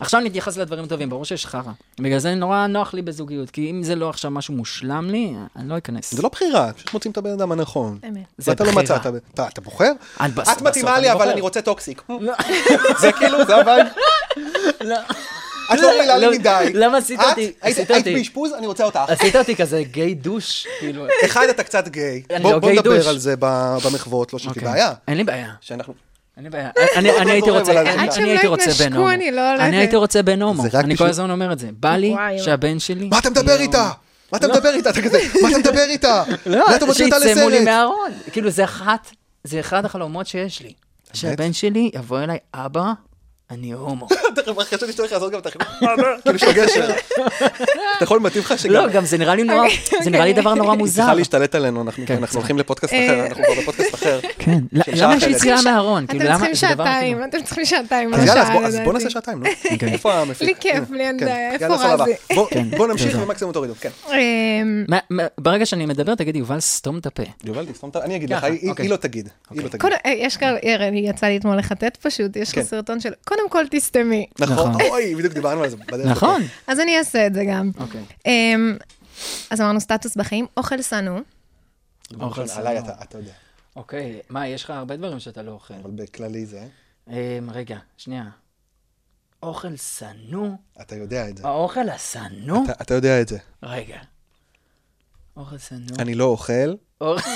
[SPEAKER 5] עכשיו נתייחס לדברים טובים, ברור שיש חרא. בגלל זה נורא נוח לי בזוגיות, כי אם זה לא עכשיו משהו מושלם לי, אני לא אכנס.
[SPEAKER 6] זה לא בחירה, פשוט מוצאים את הבן אדם הנכון.
[SPEAKER 4] אמת.
[SPEAKER 5] זה
[SPEAKER 6] ואתה לא
[SPEAKER 5] בחירה.
[SPEAKER 6] מצאת, אתה- אתה בוחר?
[SPEAKER 5] אני בס-
[SPEAKER 6] את
[SPEAKER 5] בסוף
[SPEAKER 6] מתאימה
[SPEAKER 5] אני
[SPEAKER 6] לי, אבל
[SPEAKER 5] בוחר.
[SPEAKER 6] אני רוצה טוקסיק. זה כאילו, זה הבנק. את לא מועילה לי
[SPEAKER 5] לא-
[SPEAKER 6] מדי.
[SPEAKER 5] למה עשית
[SPEAKER 6] את-
[SPEAKER 5] אותי?
[SPEAKER 6] היית-
[SPEAKER 5] עשית
[SPEAKER 6] היית
[SPEAKER 5] אותי.
[SPEAKER 6] באשפוז, אני רוצה אותך.
[SPEAKER 5] עשית אותי כזה גיי דוש, כאילו.
[SPEAKER 6] אחד, אתה קצת גיי.
[SPEAKER 5] אני
[SPEAKER 6] בוא
[SPEAKER 5] לא
[SPEAKER 6] בוא
[SPEAKER 5] גיי דוש.
[SPEAKER 6] נדבר על זה ב- במחוות, לא שיש לי
[SPEAKER 5] אוקיי.
[SPEAKER 6] בעיה.
[SPEAKER 5] אין לי בעיה.
[SPEAKER 6] שאנחנו...
[SPEAKER 5] אין לי בעיה. אני- אני הייתי
[SPEAKER 6] זורם
[SPEAKER 5] רוצה,
[SPEAKER 6] על
[SPEAKER 5] אני-
[SPEAKER 6] לא עד
[SPEAKER 4] שהם
[SPEAKER 5] אני הייתי
[SPEAKER 4] לא
[SPEAKER 5] רוצה
[SPEAKER 4] יתנשקו,
[SPEAKER 5] בן הומו.
[SPEAKER 4] אני לא הולכת.
[SPEAKER 5] אני הייתי רוצה בן הומו.
[SPEAKER 6] זה רק
[SPEAKER 5] אני כל
[SPEAKER 6] בשביל-
[SPEAKER 5] הזמן אומר את זה. בא לי
[SPEAKER 4] וואי, וואי.
[SPEAKER 5] שהבן שלי... כאילו-
[SPEAKER 6] מה אתה מדבר
[SPEAKER 5] יהיה
[SPEAKER 6] איתה?
[SPEAKER 5] הומו.
[SPEAKER 6] מה אתה מדבר איתה? אתה כזה, מה אתה מדבר איתה? אולי אתה מוציא אותה
[SPEAKER 5] שיצמו לי
[SPEAKER 6] לסרט.
[SPEAKER 5] לא, מהארון. כאילו, זה אחת, זה אחד החלומות שיש לי. שהבן שלי יבוא אליי, אבא, אני הומו.
[SPEAKER 6] תכף אחרי שאני אשתולך לעשות גם את החינוך, כאילו יש לו גשר. אתה יכול מתאים לך שגם...
[SPEAKER 5] לא, גם זה נראה לי נורא, זה נראה לי דבר נורא
[SPEAKER 6] אוקיי, היא
[SPEAKER 5] מוזר.
[SPEAKER 6] צריכה להשתלט עלינו, אנחנו
[SPEAKER 5] כן,
[SPEAKER 6] אנחנו
[SPEAKER 5] סליחה.
[SPEAKER 6] הולכים לפודקאסט אחר, אנחנו כבר בפודקאסט אחר.
[SPEAKER 5] כן,
[SPEAKER 6] של שעה
[SPEAKER 5] למה יש
[SPEAKER 6] אחרת.
[SPEAKER 5] יציאה מהארון?
[SPEAKER 4] אתם
[SPEAKER 5] כאילו, למה?
[SPEAKER 4] צריכים
[SPEAKER 5] זה דבר
[SPEAKER 4] שעתיים,
[SPEAKER 5] כאילו-
[SPEAKER 4] אתם צריכים שעתיים, לא
[SPEAKER 6] אז יאללה, אז
[SPEAKER 4] שעה
[SPEAKER 6] בוא- אז בוא נעשה
[SPEAKER 4] לדעתי.
[SPEAKER 6] שעתיים, לא? נו. איפה המפיק?
[SPEAKER 4] לי כיף,
[SPEAKER 6] הנה,
[SPEAKER 4] לי אין
[SPEAKER 6] כן.
[SPEAKER 4] בעיה, איפה
[SPEAKER 6] יאללה, סבבה.
[SPEAKER 4] רזי?
[SPEAKER 6] בוא-
[SPEAKER 5] כן,
[SPEAKER 6] בוא נמשיך
[SPEAKER 5] תודה.
[SPEAKER 6] ומקסימום תורידו, כן.
[SPEAKER 4] אמ,
[SPEAKER 5] מה- מה- ברגע שאני מדבר, תגיד, יובל, סתום את הפה.
[SPEAKER 6] יובל, תסתום את ה... אני אגיד לך,
[SPEAKER 5] ככה,
[SPEAKER 6] היא-
[SPEAKER 5] אוקיי.
[SPEAKER 6] היא לא תגיד. היא לא תגיד.
[SPEAKER 4] קודם- אה, יש כאן, אה, יצא לי אתמול לחטט פשוט, יש לך
[SPEAKER 6] כן.
[SPEAKER 4] סרטון של, קודם כל תסתמי.
[SPEAKER 6] נכון.
[SPEAKER 5] נכון.
[SPEAKER 6] אוי, בדיוק דיברנו על זה בדרך. אוקיי.
[SPEAKER 5] נכון.
[SPEAKER 4] אז אני אעשה את זה גם.
[SPEAKER 5] אוקיי.
[SPEAKER 4] אמ, אז אמרנו סטטוס בחיים, אוכל שנוא.
[SPEAKER 6] נכון,
[SPEAKER 5] אוכל
[SPEAKER 6] עליי
[SPEAKER 5] סבבה.
[SPEAKER 6] אתה אתה יודע,
[SPEAKER 5] אוקיי, מה, יש לך הרבה דברים שאתה לא אוכל.
[SPEAKER 6] אבל בכללי זה,
[SPEAKER 5] אמ, רגע, שנייה. אוכל שנוא?
[SPEAKER 6] אתה יודע את זה.
[SPEAKER 5] האוכל השנוא?
[SPEAKER 6] אתה- אתה יודע את זה.
[SPEAKER 5] רגע. אוכל שנוא.
[SPEAKER 6] אני לא אוכל,
[SPEAKER 5] אוכל-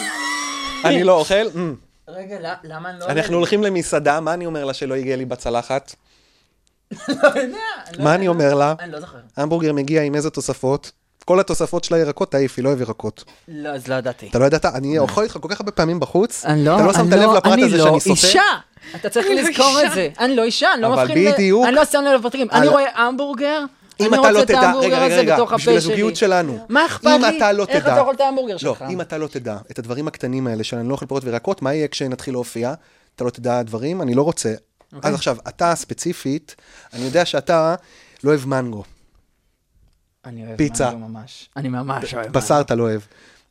[SPEAKER 6] אני לא אוכל, אמ.
[SPEAKER 5] רגע, ל- למה אני לא...
[SPEAKER 6] אנחנו הולכים למסעדה, מה אני אומר לה שלא יגיע לי בצלחת?
[SPEAKER 5] לא יודע, אני לא
[SPEAKER 6] מה
[SPEAKER 5] יודע.
[SPEAKER 6] אני אומר לה?
[SPEAKER 5] אני לא זוכר.
[SPEAKER 6] המבורגר מגיע עם איזה תוספות? כל התוספות של הירקות תעיפי, לא אוהב ירקות.
[SPEAKER 5] לא, אז לא ידעתי.
[SPEAKER 6] אתה לא ידעת? אני אוכל איתך כל כך הרבה פעמים בחוץ,
[SPEAKER 5] אה. אני
[SPEAKER 6] אתה לא שמת
[SPEAKER 5] אני
[SPEAKER 6] לב
[SPEAKER 5] לא-
[SPEAKER 6] לפרט הזה שאני
[SPEAKER 5] אני לא
[SPEAKER 6] סופר?
[SPEAKER 5] אישה! אתה צריך לזכור את זה. אני לא אישה, אני לא
[SPEAKER 6] אבל
[SPEAKER 5] מבחין... ב-
[SPEAKER 6] בדיוק.
[SPEAKER 5] אני לא שם לב לפרטים.
[SPEAKER 6] על-
[SPEAKER 5] אני רואה המבורגר,
[SPEAKER 6] אם
[SPEAKER 5] אני
[SPEAKER 6] אתה לא
[SPEAKER 5] רוצה את
[SPEAKER 6] תדע,
[SPEAKER 5] ההמבורגר
[SPEAKER 6] רגע, רגע,
[SPEAKER 5] הזה בתוך
[SPEAKER 6] רגע,
[SPEAKER 5] הפה שלי.
[SPEAKER 6] בשביל הזוגיות שלנו.
[SPEAKER 5] מה אכפת
[SPEAKER 6] אם
[SPEAKER 5] לי?
[SPEAKER 6] אתה לא תדע.
[SPEAKER 5] איך אתה אוכל את ההמבורגר שלך?
[SPEAKER 6] לא, אם אתה לא תדע את הדברים הקטנים האלה של אני לא אוכל פירות וירקות, מה יהיה כשנתחיל להופיע? אתה לא תדע דברים, אני לא רוצה.
[SPEAKER 5] אוקיי.
[SPEAKER 6] אז עכשיו, אתה ספציפית, אני יודע שאתה לא אוהב מנגו,
[SPEAKER 5] אה. אני אוהב
[SPEAKER 6] פיצה.
[SPEAKER 5] מנגו ממש. אני ממש אוהב
[SPEAKER 6] בשר אתה לא אוהב.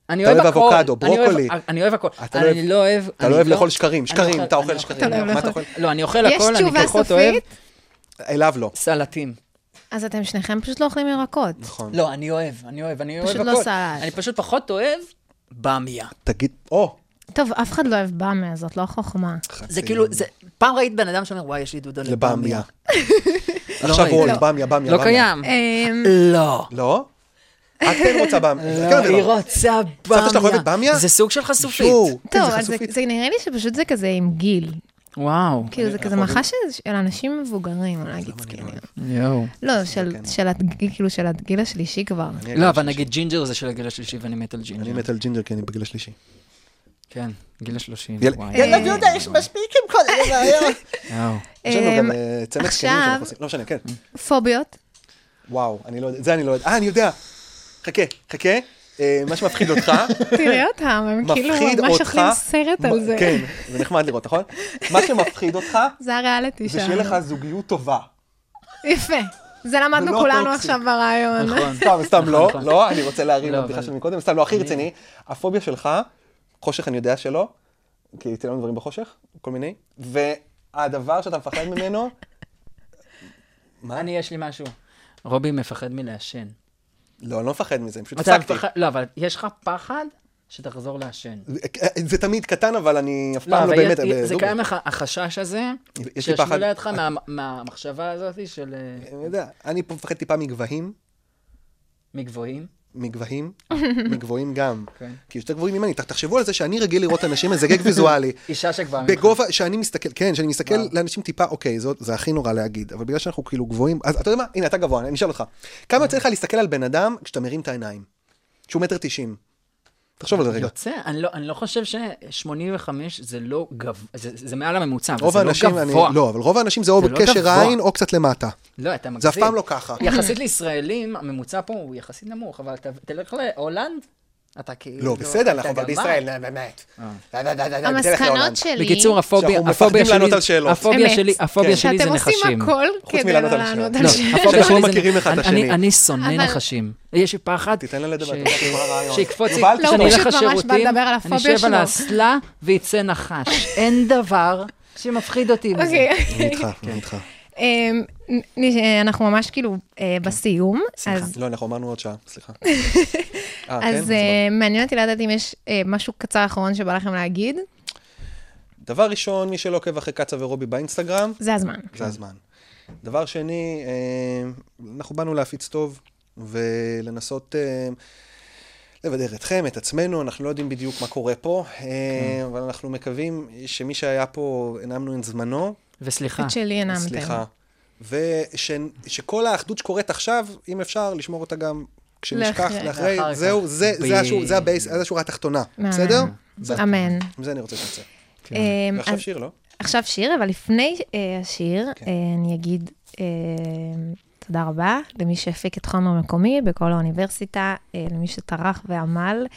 [SPEAKER 5] אני
[SPEAKER 6] אתה
[SPEAKER 5] אוהב
[SPEAKER 6] אוהב
[SPEAKER 5] הכל.
[SPEAKER 6] אבוקדו,
[SPEAKER 5] אני אוהב-
[SPEAKER 6] ברוקולי.
[SPEAKER 5] אני אוהב הכל.
[SPEAKER 6] אתה לא
[SPEAKER 5] אני
[SPEAKER 6] אוהב-
[SPEAKER 5] לא אוהב...
[SPEAKER 6] אתה
[SPEAKER 5] אני
[SPEAKER 6] לא אוהב
[SPEAKER 5] לא-
[SPEAKER 6] לאכול שקרים,
[SPEAKER 5] אני
[SPEAKER 6] שקרים,
[SPEAKER 5] אוכל-
[SPEAKER 6] אתה אוכל
[SPEAKER 5] אני
[SPEAKER 6] שקרים.
[SPEAKER 4] אתה לא אוהב
[SPEAKER 6] מה אתה
[SPEAKER 4] לאכול.
[SPEAKER 6] אוכל?
[SPEAKER 5] לא, אני אוכל
[SPEAKER 4] יש
[SPEAKER 5] הכל, אני
[SPEAKER 4] תשובה
[SPEAKER 5] פחות אוהב
[SPEAKER 4] סופית?
[SPEAKER 6] אליו לא.
[SPEAKER 5] סלטים.
[SPEAKER 4] אז אתם שניכם פשוט לא אוכלים ירקות.
[SPEAKER 6] נכון.
[SPEAKER 5] לא, אני אוהב, אני אוהב, אני אוהב
[SPEAKER 4] פשוט
[SPEAKER 5] הכל.
[SPEAKER 4] לא סלט.
[SPEAKER 5] אני פשוט פחות אוהב במיה.
[SPEAKER 6] תגיד, או,
[SPEAKER 4] טוב, אף אחד לא אוהב באמה, זאת לא חוכמה.
[SPEAKER 5] זה כאילו, זה... פעם ראית בן אדם שאומר, וואי, יש לי דודה לבמיה.
[SPEAKER 6] לבמיה.
[SPEAKER 4] לא,
[SPEAKER 6] עכשיו
[SPEAKER 5] ראיתי.
[SPEAKER 6] רול, במיה, במיה,
[SPEAKER 5] לא
[SPEAKER 6] במיה.
[SPEAKER 5] קיים.
[SPEAKER 4] אמ,
[SPEAKER 5] לא.
[SPEAKER 6] לא? את כן רוצה במיה.
[SPEAKER 5] לא, היא רוצה
[SPEAKER 6] שלך אוהבת
[SPEAKER 5] במיה.
[SPEAKER 6] במיה?
[SPEAKER 5] זה סוג של חשופית.
[SPEAKER 6] יואו, כן,
[SPEAKER 4] טוב,
[SPEAKER 6] זה
[SPEAKER 4] אז זה-
[SPEAKER 6] חשופית.
[SPEAKER 4] זה נראה לי שפשוט זה כזה עם גיל.
[SPEAKER 5] וואו,
[SPEAKER 4] כאילו, זה
[SPEAKER 6] אנחנו
[SPEAKER 4] כזה
[SPEAKER 6] אוהבים-
[SPEAKER 4] מחש של- של אנשים מבוגרים, אני לא אגיד זקנים.
[SPEAKER 5] יואו.
[SPEAKER 4] לא, של-
[SPEAKER 6] כן.
[SPEAKER 4] של הג- כאילו, של הגיל השלישי כבר.
[SPEAKER 6] אני הגיל
[SPEAKER 5] לא, אבל
[SPEAKER 6] השלישי.
[SPEAKER 5] נגיד ג'ינג'ר זה של הגיל השלישי ואני מת על
[SPEAKER 6] אני
[SPEAKER 5] ג'ינג'ר.
[SPEAKER 6] מת על ג'ינג'ר כי אני בגיל השלישי.
[SPEAKER 4] אה,
[SPEAKER 5] כן, גיל השלושים.
[SPEAKER 6] יאללה.
[SPEAKER 5] וואי.
[SPEAKER 4] יאללה, יהודה,
[SPEAKER 5] יש
[SPEAKER 6] מספיק עם כל הבעיה.
[SPEAKER 5] יואו.
[SPEAKER 6] יש לנו גם
[SPEAKER 4] אמ,
[SPEAKER 6] אה, צמד זקנים
[SPEAKER 4] עכשיו-
[SPEAKER 6] שאנחנו עושים. לא משנה, כן.
[SPEAKER 4] פוביות,
[SPEAKER 6] וואו, אני לא יודע, זה אני לא יודע. אה, אני יודע. חכה, חכה. אה, מה שמפחיד אותך,
[SPEAKER 4] תראה אותם, הם כאילו
[SPEAKER 6] מפחיד
[SPEAKER 4] ממש
[SPEAKER 6] אותך.
[SPEAKER 4] אוכלים סרט על
[SPEAKER 6] מ-
[SPEAKER 4] זה.
[SPEAKER 6] כן, זה נחמד לראות, נכון? מה שמפחיד אותך,
[SPEAKER 4] זה הריאליטי
[SPEAKER 6] זה
[SPEAKER 4] שלנו.
[SPEAKER 6] שיהיה לך זוגיות טובה.
[SPEAKER 4] יפה. זה
[SPEAKER 6] זה
[SPEAKER 4] למדנו
[SPEAKER 6] לא
[SPEAKER 4] כולנו
[SPEAKER 6] טוקסי.
[SPEAKER 4] עכשיו ברעיון.
[SPEAKER 5] נכון.
[SPEAKER 6] סתם, סתם לא,
[SPEAKER 5] נכון.
[SPEAKER 6] לא, אני רוצה להרים
[SPEAKER 5] לא,
[SPEAKER 6] לבדיחה
[SPEAKER 5] אבל-
[SPEAKER 6] של מקודם, סתם לא, הכי רציני. הפוביה שלך, חושך אני יודע שלא, כי תן לנו דברים בחושך, כל מיני, והדבר שאתה מפחד ממנו, מה?
[SPEAKER 5] אני, יש לי משהו. רובי מפחד מלעשן.
[SPEAKER 6] לא, אני לא מפחד מזה, אני פשוט
[SPEAKER 5] אתה
[SPEAKER 6] הפסקתי.
[SPEAKER 5] מפחד, לא, אבל יש לך פחד שתחזור לעשן.
[SPEAKER 6] זה תמיד קטן, אבל אני אף
[SPEAKER 5] לא,
[SPEAKER 6] פעם לא
[SPEAKER 5] אבל
[SPEAKER 6] באמת...
[SPEAKER 5] יש- זה
[SPEAKER 6] דוגרי.
[SPEAKER 5] קיים לך, החשש הזה,
[SPEAKER 6] יש לי
[SPEAKER 5] שיש
[SPEAKER 6] פחד.
[SPEAKER 5] לידך מה- מהמחשבה הזאת של אה,
[SPEAKER 6] אני יודע, אני פה מפחד טיפה מגבהים,
[SPEAKER 5] מגבוהים.
[SPEAKER 6] מגבהים, מגבוהים גם.
[SPEAKER 5] כן.
[SPEAKER 6] כי יותר גבוהים ממני. ת- תחשבו על זה שאני רגיל לראות אנשים מזגג ויזואלי.
[SPEAKER 5] אישה שגבוהה ממך.
[SPEAKER 6] בגובה, שאני מסתכל, כן, שאני מסתכל
[SPEAKER 5] וואו.
[SPEAKER 6] לאנשים טיפה, אוקיי, זאת- זה הכי נורא להגיד, אבל בגלל שאנחנו כאילו גבוהים, אז אתה יודע מה? הנה, אתה גבוה, אני אשאל אותך. כמה יוצא לך להסתכל על בן אדם כשאתה מרים את העיניים? שהוא מטר תשעים. תחשוב על זה רגע.
[SPEAKER 5] יוצא, אני לא, אני לא חושב ש-85 זה לא גבוה, זה, זה מעל הממוצע, אבל
[SPEAKER 6] רוב
[SPEAKER 5] זה לא
[SPEAKER 6] האנשים,
[SPEAKER 5] גבוה.
[SPEAKER 6] אני, לא, אבל רוב האנשים זה או
[SPEAKER 5] זה לא
[SPEAKER 6] בקשר
[SPEAKER 5] גבוה.
[SPEAKER 6] עין או קצת למטה.
[SPEAKER 5] לא, אתה מגזים.
[SPEAKER 6] זה אף פעם לא ככה.
[SPEAKER 5] יחסית לישראלים, הממוצע פה הוא יחסית נמוך, אבל ת, תלך להולנד, אתה כאילו...
[SPEAKER 6] לא, בסדר,
[SPEAKER 5] אתה אה.
[SPEAKER 6] אנחנו אבל
[SPEAKER 5] גמד.
[SPEAKER 6] בישראל, באמת.
[SPEAKER 4] המסקנות שלי,
[SPEAKER 5] בקיצור, הפוביה,
[SPEAKER 6] שאנחנו
[SPEAKER 5] הפוביה
[SPEAKER 6] מפחדים
[SPEAKER 5] שלי,
[SPEAKER 6] לענות על שאלות.
[SPEAKER 5] הפוביה
[SPEAKER 4] אמת.
[SPEAKER 5] שלי, הפוביה שלי זה
[SPEAKER 4] שאתם
[SPEAKER 5] נחשים.
[SPEAKER 4] עושים הכל
[SPEAKER 6] כן. חוץ
[SPEAKER 4] כדי לא
[SPEAKER 6] מלענות על
[SPEAKER 4] לענות
[SPEAKER 6] שאלות.
[SPEAKER 4] על
[SPEAKER 5] לא,
[SPEAKER 4] שאלות.
[SPEAKER 5] הפוביה
[SPEAKER 6] שאנחנו
[SPEAKER 5] שלי זה-
[SPEAKER 6] מכירים אחד את
[SPEAKER 5] אני-
[SPEAKER 6] השני.
[SPEAKER 5] אני שונא
[SPEAKER 4] אבל-
[SPEAKER 5] נחשים. יש לי פחד.
[SPEAKER 6] תיתן לה לדבר,
[SPEAKER 5] ש-
[SPEAKER 6] אתה יודע, כל הרעיון.
[SPEAKER 5] שיקפוץ לי,
[SPEAKER 6] יובל, לא,
[SPEAKER 5] שאני
[SPEAKER 4] הוא
[SPEAKER 5] אלך
[SPEAKER 4] פשוט ממש בא
[SPEAKER 5] לשירותים,
[SPEAKER 4] לדבר על
[SPEAKER 5] אני
[SPEAKER 4] הפוביה
[SPEAKER 5] אשב על
[SPEAKER 4] שלו.
[SPEAKER 5] האסלה ויצא נחש. אין דבר שמפחיד אותי מזה.
[SPEAKER 4] אוקיי.
[SPEAKER 6] אני איתך,
[SPEAKER 5] כן.
[SPEAKER 6] אני איתך.
[SPEAKER 4] אמ, נ- נ- אנחנו ממש כאילו אה,
[SPEAKER 5] כן.
[SPEAKER 4] בסיום, אז
[SPEAKER 6] לא, אנחנו אמרנו עוד שעה, סליחה. אה, כן?
[SPEAKER 4] אז
[SPEAKER 6] סבבה.
[SPEAKER 4] אה, מעניין אותי לדעת אם יש אה, משהו קצר אחרון שבא לכם להגיד,
[SPEAKER 6] דבר ראשון, מי שלא עוקב אחרי קצה ורובי באינסטגרם,
[SPEAKER 4] זה הזמן.
[SPEAKER 6] זה הזמן. דבר שני, אה, אנחנו באנו להפיץ טוב ולנסות אה, לבדר אתכם, את עצמנו, אנחנו לא יודעים בדיוק מה קורה פה,
[SPEAKER 5] כן.
[SPEAKER 6] אה, אבל אנחנו מקווים שמי שהיה פה, הנעמנו את זמנו,
[SPEAKER 5] וסליחה,
[SPEAKER 4] את שלי הנעמתם.
[SPEAKER 6] סליחה, ושכל האחדות שקורית עכשיו, אם אפשר, לשמור אותה גם כשנשכח,
[SPEAKER 4] לאחרי-
[SPEAKER 6] לאחרי,
[SPEAKER 5] לאחר
[SPEAKER 6] זהו,
[SPEAKER 5] כך.
[SPEAKER 6] זה,
[SPEAKER 5] ב-
[SPEAKER 6] זה, השור, זה, הבייס, זה השורה התחתונה,
[SPEAKER 4] מהמם.
[SPEAKER 6] בסדר? זה-
[SPEAKER 4] אמן.
[SPEAKER 6] עם זה אני רוצה שתצא.
[SPEAKER 5] כן.
[SPEAKER 4] אמ,
[SPEAKER 6] ועכשיו
[SPEAKER 4] אז
[SPEAKER 6] שיר, לא?
[SPEAKER 4] עכשיו שיר, אבל לפני אה, השיר,
[SPEAKER 6] כן.
[SPEAKER 4] אה, אני אגיד אה, תודה רבה למי שהפיק את חומר מקומי בכל האוניברסיטה, אה, למי שטרח ועמל,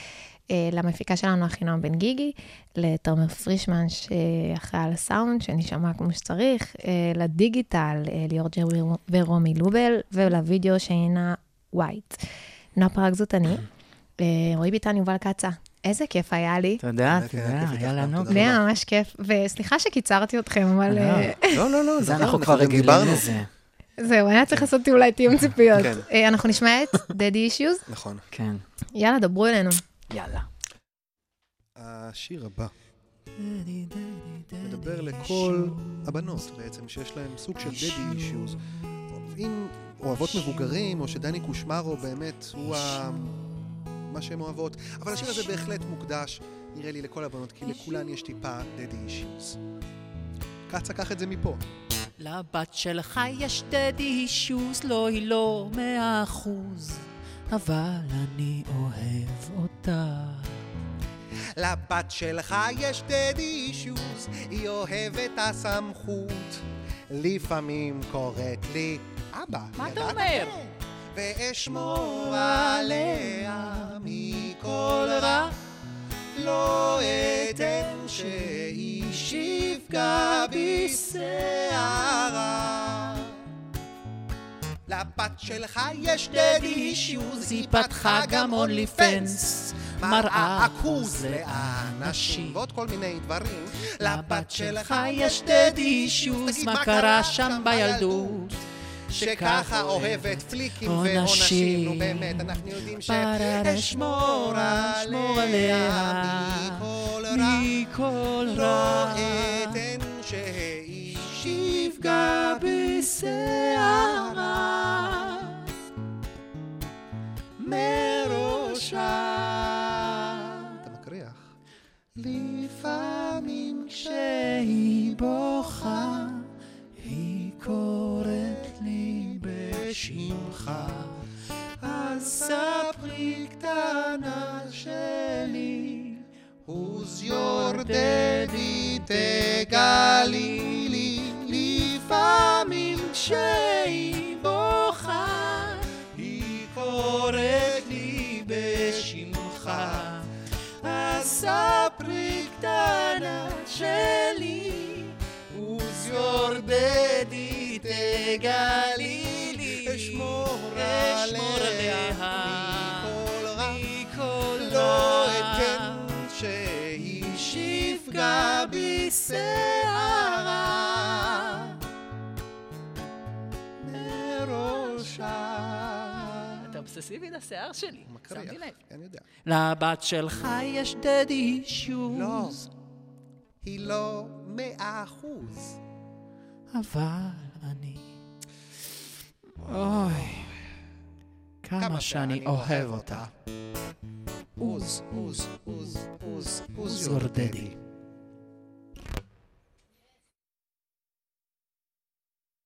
[SPEAKER 4] אה, למפיקה שלנו, אחינועם בן גיגי, לתומר פרישמן שאחראי על הסאונד, שנשמע כמו שצריך, אה, לדיגיטל, אה, ליאור ג'רבי ורומי לובל, ולוידאו שעינה וייט. נועה פרק זאת אני, אה, רועי ביטן, יובל קצה. איזה כיף היה לי.
[SPEAKER 5] תודה,
[SPEAKER 6] כן,
[SPEAKER 5] תודה,
[SPEAKER 6] כיף איתך
[SPEAKER 5] יאללה,
[SPEAKER 6] גם,
[SPEAKER 5] נו.
[SPEAKER 6] תודה.
[SPEAKER 4] זה היה ממש כיף, וסליחה שקיצרתי אתכם, אבל אה,
[SPEAKER 6] לא, לא, לא,
[SPEAKER 5] זה
[SPEAKER 6] דבר,
[SPEAKER 5] אנחנו כבר
[SPEAKER 6] גם
[SPEAKER 5] רגילים
[SPEAKER 6] דיברנו.
[SPEAKER 5] לזה.
[SPEAKER 4] זהו, היה צריך לעשות אולי תיאום ציפיות.
[SPEAKER 6] כן.
[SPEAKER 4] אה, אנחנו נשמע את Daddy Issues,
[SPEAKER 6] נכון.
[SPEAKER 5] כן,
[SPEAKER 4] יאללה, דברו אלינו.
[SPEAKER 5] יאללה.
[SPEAKER 6] השיר הבא מדבר לכל הבנות בעצם, שיש להן סוג של דדי אישיוז. אם אוהבות מבוגרים, או שדני קושמרו באמת הוא ה... מה שהן אוהבות, אבל השיר הזה בהחלט מוקדש, נראה לי, לכל הבנות, כי לכולן יש טיפה דדי אישיוז. קצה, קח את זה מפה.
[SPEAKER 8] לבת שלך יש דדי אישוז, לא, היא לא מאה אחוז, אבל אני אוהב אותה.
[SPEAKER 6] לבת שלך יש דדי אישוז, היא אוהבת הסמכות. לפעמים קוראת לי אבא, מה אתה אומר? ואשמור עליה מכל רע, לא אתן שאיש יפגע בי שערה. לבת שלך יש דדי אישוז, היא פתחה גם אונלי פנס. מראה עכוז לאנשים ועוד כל מיני דברים.
[SPEAKER 8] לבת שלך יש דדי אישוז, מה קרה שם בילדות?
[SPEAKER 6] שככה אוהבת פליקים
[SPEAKER 8] עונשים.
[SPEAKER 6] ועונשים, נו באמת, אנחנו יודעים ש...
[SPEAKER 8] פרה,
[SPEAKER 6] אשמור
[SPEAKER 8] אשמור
[SPEAKER 6] עליה
[SPEAKER 8] עליה
[SPEAKER 6] מכל רע,
[SPEAKER 8] מכל
[SPEAKER 6] לא
[SPEAKER 8] רע.
[SPEAKER 6] אתן שאיש יפגע בשערה מראשה. אתה מקריח. לפעמים כשהיא בורחת
[SPEAKER 8] הכי קטנה שלי, who's your daddy, תגלי לי, לפעמים כשהיא בוכה, היא קוראת לי בשמך. אז ספרי קטנה שלי, who's your daddy, תגלי לי, אשמור עליה מכל רע. לא אתן שאיש יפגע בי שערה מראשה.
[SPEAKER 5] אתה אובססיבי לשיער שלי, שמתי לב.
[SPEAKER 8] אני יודע.
[SPEAKER 5] לבת שלך יש דדי
[SPEAKER 8] לא.
[SPEAKER 5] שוז,
[SPEAKER 8] היא לא מאה אחוז.
[SPEAKER 5] אבל אני... אוי, כמה שאני אוהב אותה.
[SPEAKER 8] עוז, עוז, עוז, עוז, עוז,
[SPEAKER 5] זור דדי.